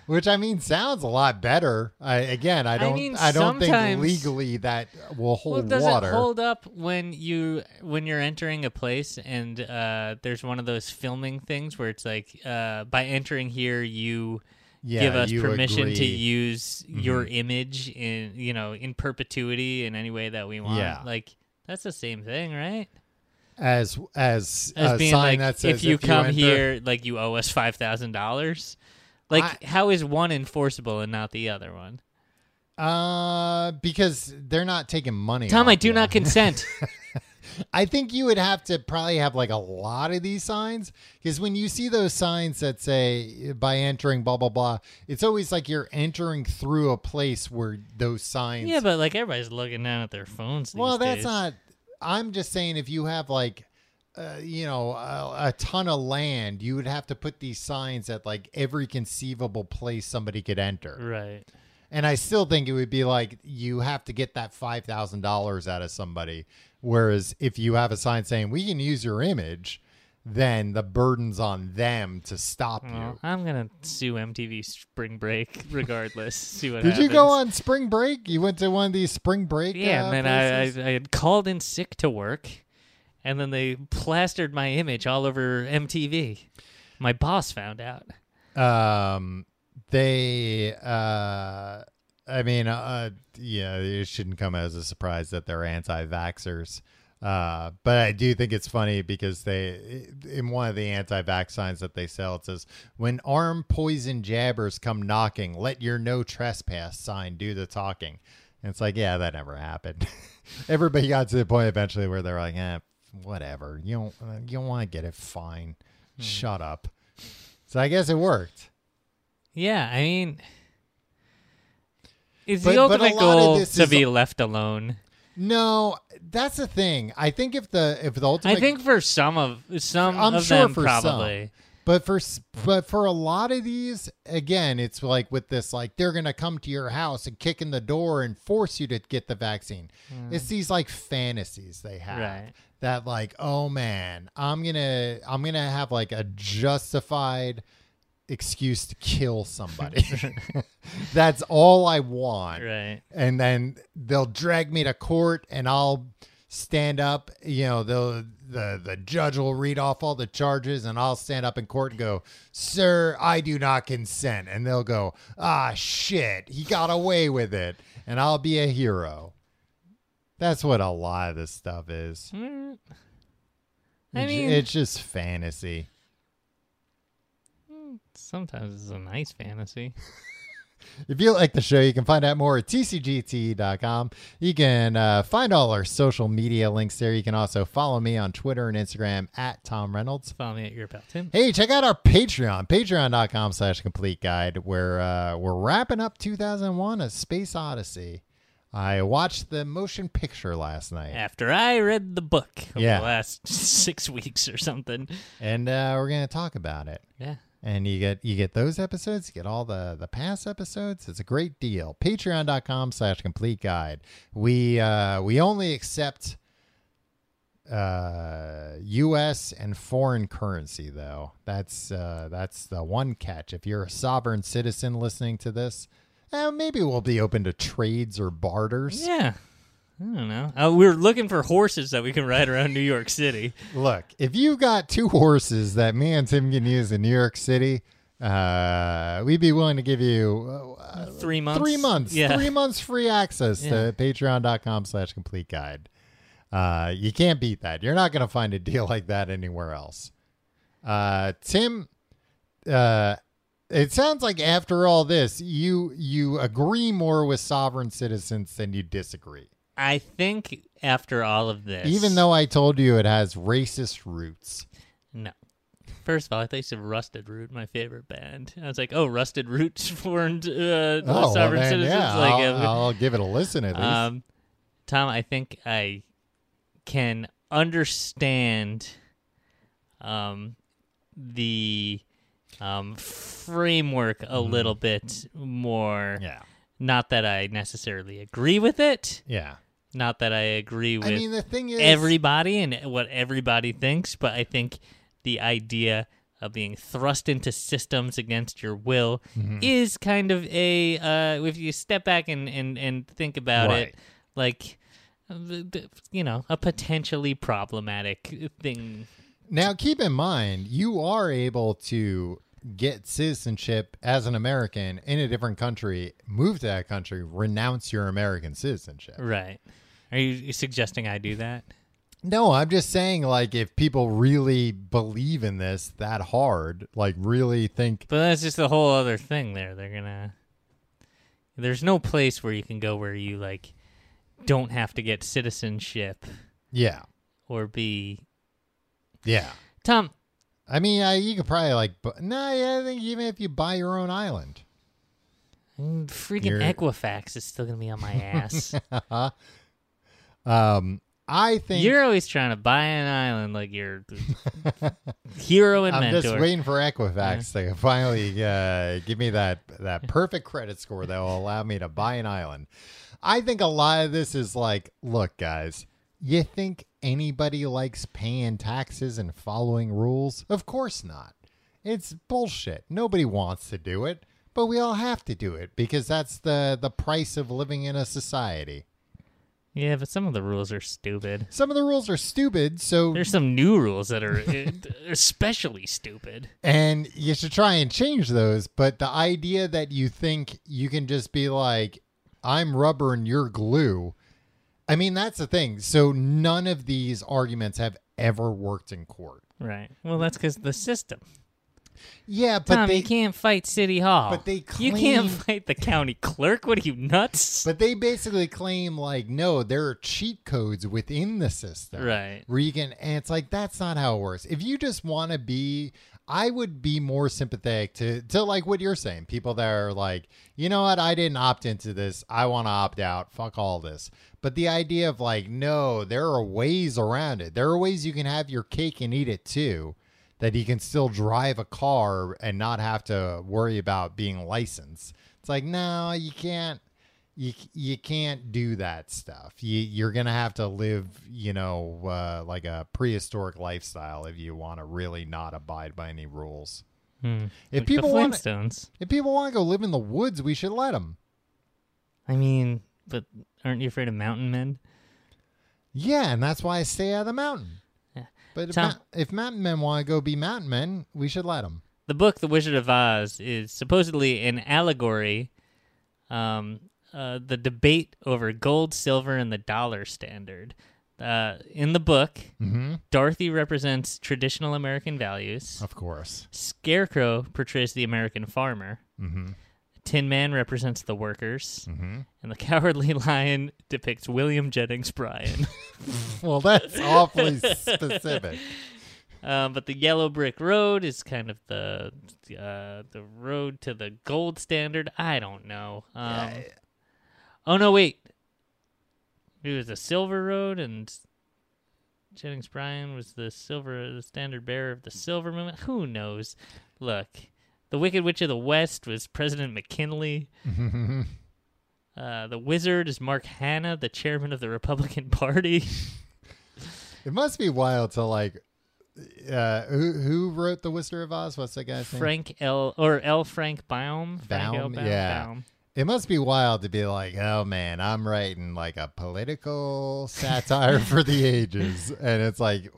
Speaker 2: Which I mean sounds a lot better. I again I don't I,
Speaker 3: mean,
Speaker 2: don't think
Speaker 3: sometimes-
Speaker 2: legally that will
Speaker 3: Well,
Speaker 2: hold
Speaker 3: does
Speaker 2: water.
Speaker 3: it hold up when you when you're entering a place and uh, there's one of those filming things where it's like uh, by entering here you
Speaker 2: Yeah,
Speaker 3: give us
Speaker 2: you
Speaker 3: permission to e-
Speaker 2: agree. Mm-hmm.
Speaker 3: use your image in you know in perpetuity in any way that we want.
Speaker 2: Yeah.
Speaker 3: Like that's the same thing, right?
Speaker 2: as as,
Speaker 3: As
Speaker 2: a
Speaker 3: being
Speaker 2: sign
Speaker 3: like
Speaker 2: that says
Speaker 3: if you come
Speaker 2: enter-
Speaker 3: here like you owe us five thousand dollars. Like
Speaker 2: I-
Speaker 3: how is one enforceable and not the other one?
Speaker 2: uh, because they're not taking money.
Speaker 3: Tom, I
Speaker 2: off
Speaker 3: do
Speaker 2: you.
Speaker 3: not consent.
Speaker 2: I think you would have to probably have like a lot of these signs because when you see those signs that say eh, by entering blah blah blah, it's always like you're entering through a place where those signs.
Speaker 3: yeah, but like everybody's looking down at their phones. These
Speaker 2: well, that's
Speaker 3: days.
Speaker 2: not. I'm just saying if you have like. Uh, you know, a, a ton of land. You would have to put these signs at like every conceivable place somebody could enter.
Speaker 3: right.
Speaker 2: And I still think it would be like you have to get that five thousand dollars out of somebody. Whereas if you have a sign saying we can use your image, then the burden's on them to stop
Speaker 3: Well, I'm gonna sue MTV Spring Break regardless. see what
Speaker 2: you. Did you go
Speaker 3: happens.
Speaker 2: on spring break? You went to one of these spring break.
Speaker 3: Yeah,
Speaker 2: uh,
Speaker 3: and then
Speaker 2: places?
Speaker 3: I, I I had called in sick to work, and then they plastered my image all over MTV. My boss found out.
Speaker 2: um they uh i mean uh yeah it shouldn't come as a surprise that they're anti-vaxxers uh but i do think it's funny because they in one of the anti-vax signs that they sell it says when arm poison jabbers come knocking let your no trespass sign do the talking and it's like yeah that never happened everybody got to the point eventually where they're like eh, whatever you don't you don't want to get it fine shut up so i guess it worked
Speaker 3: Yeah, I mean, it's
Speaker 2: But-
Speaker 3: the
Speaker 2: but a
Speaker 3: ultimate
Speaker 2: lot of
Speaker 3: goal
Speaker 2: this
Speaker 3: to
Speaker 2: is-
Speaker 3: be left alone.
Speaker 2: No, that's the thing. I think if the if the ultimate,
Speaker 3: I think for some of some
Speaker 2: I'm
Speaker 3: of
Speaker 2: sure
Speaker 3: them
Speaker 2: for
Speaker 3: probably.
Speaker 2: some, but for s- but for a lot of these, again, it's like with this, like they're gonna come to your house and kick in the door and force you to get the vaccine. It's these like fantasies they have
Speaker 3: Hmm. Right.
Speaker 2: that like, oh man, I'm gonna I'm gonna have like a justified excuse to kill somebody. that's all I want
Speaker 3: Right.
Speaker 2: and then they'll drag me to court and I'll stand up, you know, the the the judge will read off all the charges and I'll stand up in court and go, "Sir, I do not consent." And they'll go, "Ah, shit, he got away with it." And I'll be a hero. That's what a lot of this stuff is.
Speaker 3: Mm. I
Speaker 2: It's-
Speaker 3: mean,
Speaker 2: it's just fantasy.
Speaker 3: sometimes it's a nice fantasy.
Speaker 2: If you like the show, you can find out more at tcgt.com. E You can uh, find all our social media links there. You can also follow me on Twitter and Instagram at Tom Reynolds.
Speaker 3: Follow me at your pal Tim.
Speaker 2: Hey, check out our Patreon, patreon.com slash complete guide, where uh, we're wrapping up 2001 A Space Odyssey. I watched the motion picture last night,
Speaker 3: After I read the book over
Speaker 2: Yeah.
Speaker 3: the last six weeks or something.
Speaker 2: and uh, we're going to talk about it.
Speaker 3: Yeah.
Speaker 2: and you get you get those episodes you get all the the past episodes it's a great deal patreon.com slash complete guide we uh we only accept uh us and foreign currency though that's uh that's the one catch if you're a sovereign citizen listening to this eh, maybe we'll be open to trades or barters
Speaker 3: Yeah. I don't know. Uh, we were looking for horses that we can ride around New York City.
Speaker 2: Look, if you got two horses that me and Tim can use in New York City, uh, we'd be willing to give you uh,
Speaker 3: Three months.
Speaker 2: three months,
Speaker 3: Yeah.
Speaker 2: three months free access
Speaker 3: Yeah.
Speaker 2: to patreon.com slash complete guide. Uh, you can't beat that. You're not going to find a deal like that anywhere else. Uh, Tim, uh, it sounds like after all this, you you agree more with sovereign citizens than you disagree.
Speaker 3: I think after all of this.
Speaker 2: Even though I told you it has racist roots.
Speaker 3: No. First of all, I thought you said Rusted Root, my favorite band. I was like, oh, Rusted Root formed uh,
Speaker 2: Oh, well,
Speaker 3: Sovereign
Speaker 2: then,
Speaker 3: Citizens.
Speaker 2: Yeah,
Speaker 3: like,
Speaker 2: I'll,
Speaker 3: uh,
Speaker 2: I'll give it a listen at least.
Speaker 3: Um, Tom, I think I can understand um, the um, framework a little bit more.
Speaker 2: Mm-hmm. yeah,
Speaker 3: Not that I necessarily agree with it.
Speaker 2: yeah.
Speaker 3: Not that I agree with
Speaker 2: I mean, the thing is,
Speaker 3: everybody and what everybody thinks, but I think the idea of being thrust into systems against your will is kind of a uh, if you step back and and, and think about
Speaker 2: Right.
Speaker 3: it, like th- th- you know, a potentially problematic thing.
Speaker 2: now keep in mind, you are able to get citizenship as an American in a different country, move to that country, renounce your American citizenship.
Speaker 3: Right. Are you you suggesting I do that?
Speaker 2: No, I'm just saying, like, if people really believe in this that hard, like, really think,
Speaker 3: But that's just a whole other thing there. They're gonna there's no place where you can go where you like don't have to get citizenship
Speaker 2: yeah,
Speaker 3: or be
Speaker 2: yeah.
Speaker 3: Tom,
Speaker 2: I mean, I, you could probably like, but no, yeah, I think even if you buy your own island,
Speaker 3: mm, freaking
Speaker 2: You're-
Speaker 3: Equifax is still gonna be on my ass.
Speaker 2: um, I think
Speaker 3: you're always trying to buy an island like your hero and
Speaker 2: I'm
Speaker 3: mentor.
Speaker 2: just waiting for Equifax to finally uh, give me that that perfect credit score that will allow me to buy an island. I think a lot of this is like, look, guys, you think anybody likes paying taxes and following rules? Of course not. It's bullshit. Nobody wants to do it, but we all have to do it because that's the the price of living in a society.
Speaker 3: Yeah, but some of the rules are stupid.
Speaker 2: Some of the rules are stupid, so
Speaker 3: There's some new rules that are uh, especially stupid.
Speaker 2: And you should try and change those. But the idea that you think you can just be like, I'm rubber and you're glue. I mean, that's the thing. So none of these arguments have ever worked in court.
Speaker 3: Right. Well, that's because the system.
Speaker 2: Yeah, but
Speaker 3: Tom,
Speaker 2: they
Speaker 3: you can't fight City Hall.
Speaker 2: but they
Speaker 3: you can't
Speaker 2: claim-
Speaker 3: fight the county clerk. What are you nuts?
Speaker 2: but they basically claim like, no, there are cheat codes within the system.
Speaker 3: Right.
Speaker 2: Where you can and it's like that's not how it works. If you just want to be I would be more sympathetic to to like what you're saying. People that are like, you know what, I didn't opt into this. I want to opt out. Fuck all this. But the idea of like, no, there are ways around it. There are ways you can have your cake and eat it too. That you can still drive a car and not have to worry about being licensed. It's like, no, you can't you you can't do that stuff. You you're gonna have to live, you know, uh, like a prehistoric lifestyle if you want to really not abide by any rules.
Speaker 3: Hmm.
Speaker 2: If
Speaker 3: Like
Speaker 2: people
Speaker 3: the
Speaker 2: want,
Speaker 3: Flintstones.
Speaker 2: if people want to go live in the woods, we should let them.
Speaker 3: I mean, but aren't you afraid of mountain men?
Speaker 2: Yeah, and that's why I stay out of the mountain. But if,
Speaker 3: Tom-
Speaker 2: mount- if mountain men want to go be mountain men, we should let them.
Speaker 3: the book The Wizard of Oz is supposedly an allegory um, uh, the debate over gold, silver, and the dollar standard. Uh, in the book, Dorothy represents traditional American values.
Speaker 2: Of course.
Speaker 3: Scarecrow portrays the American farmer. Tin Man represents the workers, and the Cowardly Lion depicts William Jennings Bryan.
Speaker 2: Well, that's awfully specific.
Speaker 3: um, but the yellow brick road is kind of the uh, the road to the gold standard. I don't know. Um, oh no, wait. It was the silver road, and Jennings Bryan was the silver, the standard bearer of the silver movement. Who knows? Look, the Wicked Witch of the West was President McKinley. Uh, the wizard is Mark Hanna, the chairman of the Republican Party.
Speaker 2: It must be wild to like. Uh, who who wrote the Wizard of Oz? What's that guy's name?
Speaker 3: Frank L. or L. Frank Baum. Frank L.
Speaker 2: Baum, yeah.
Speaker 3: Baum.
Speaker 2: It must be wild to be like, oh man, I'm writing like a political satire for the ages. And it's like,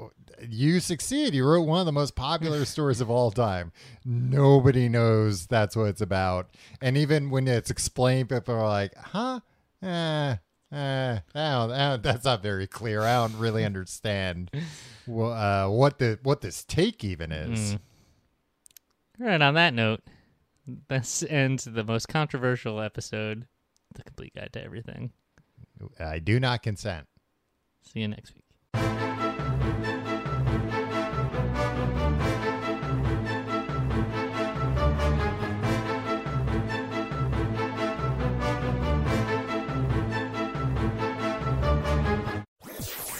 Speaker 2: you succeed. You wrote one of the most popular stories of all time. Nobody knows that's what it's about. And even when it's explained, people are like, huh? Eh. Uh, I don't, I don't- that's not very clear. I don't really understand wh- uh, what the what this take even is.
Speaker 3: All right, on that note, this ends the most controversial episode, The Complete Guide to Everything.
Speaker 2: I do not consent.
Speaker 3: See you next week.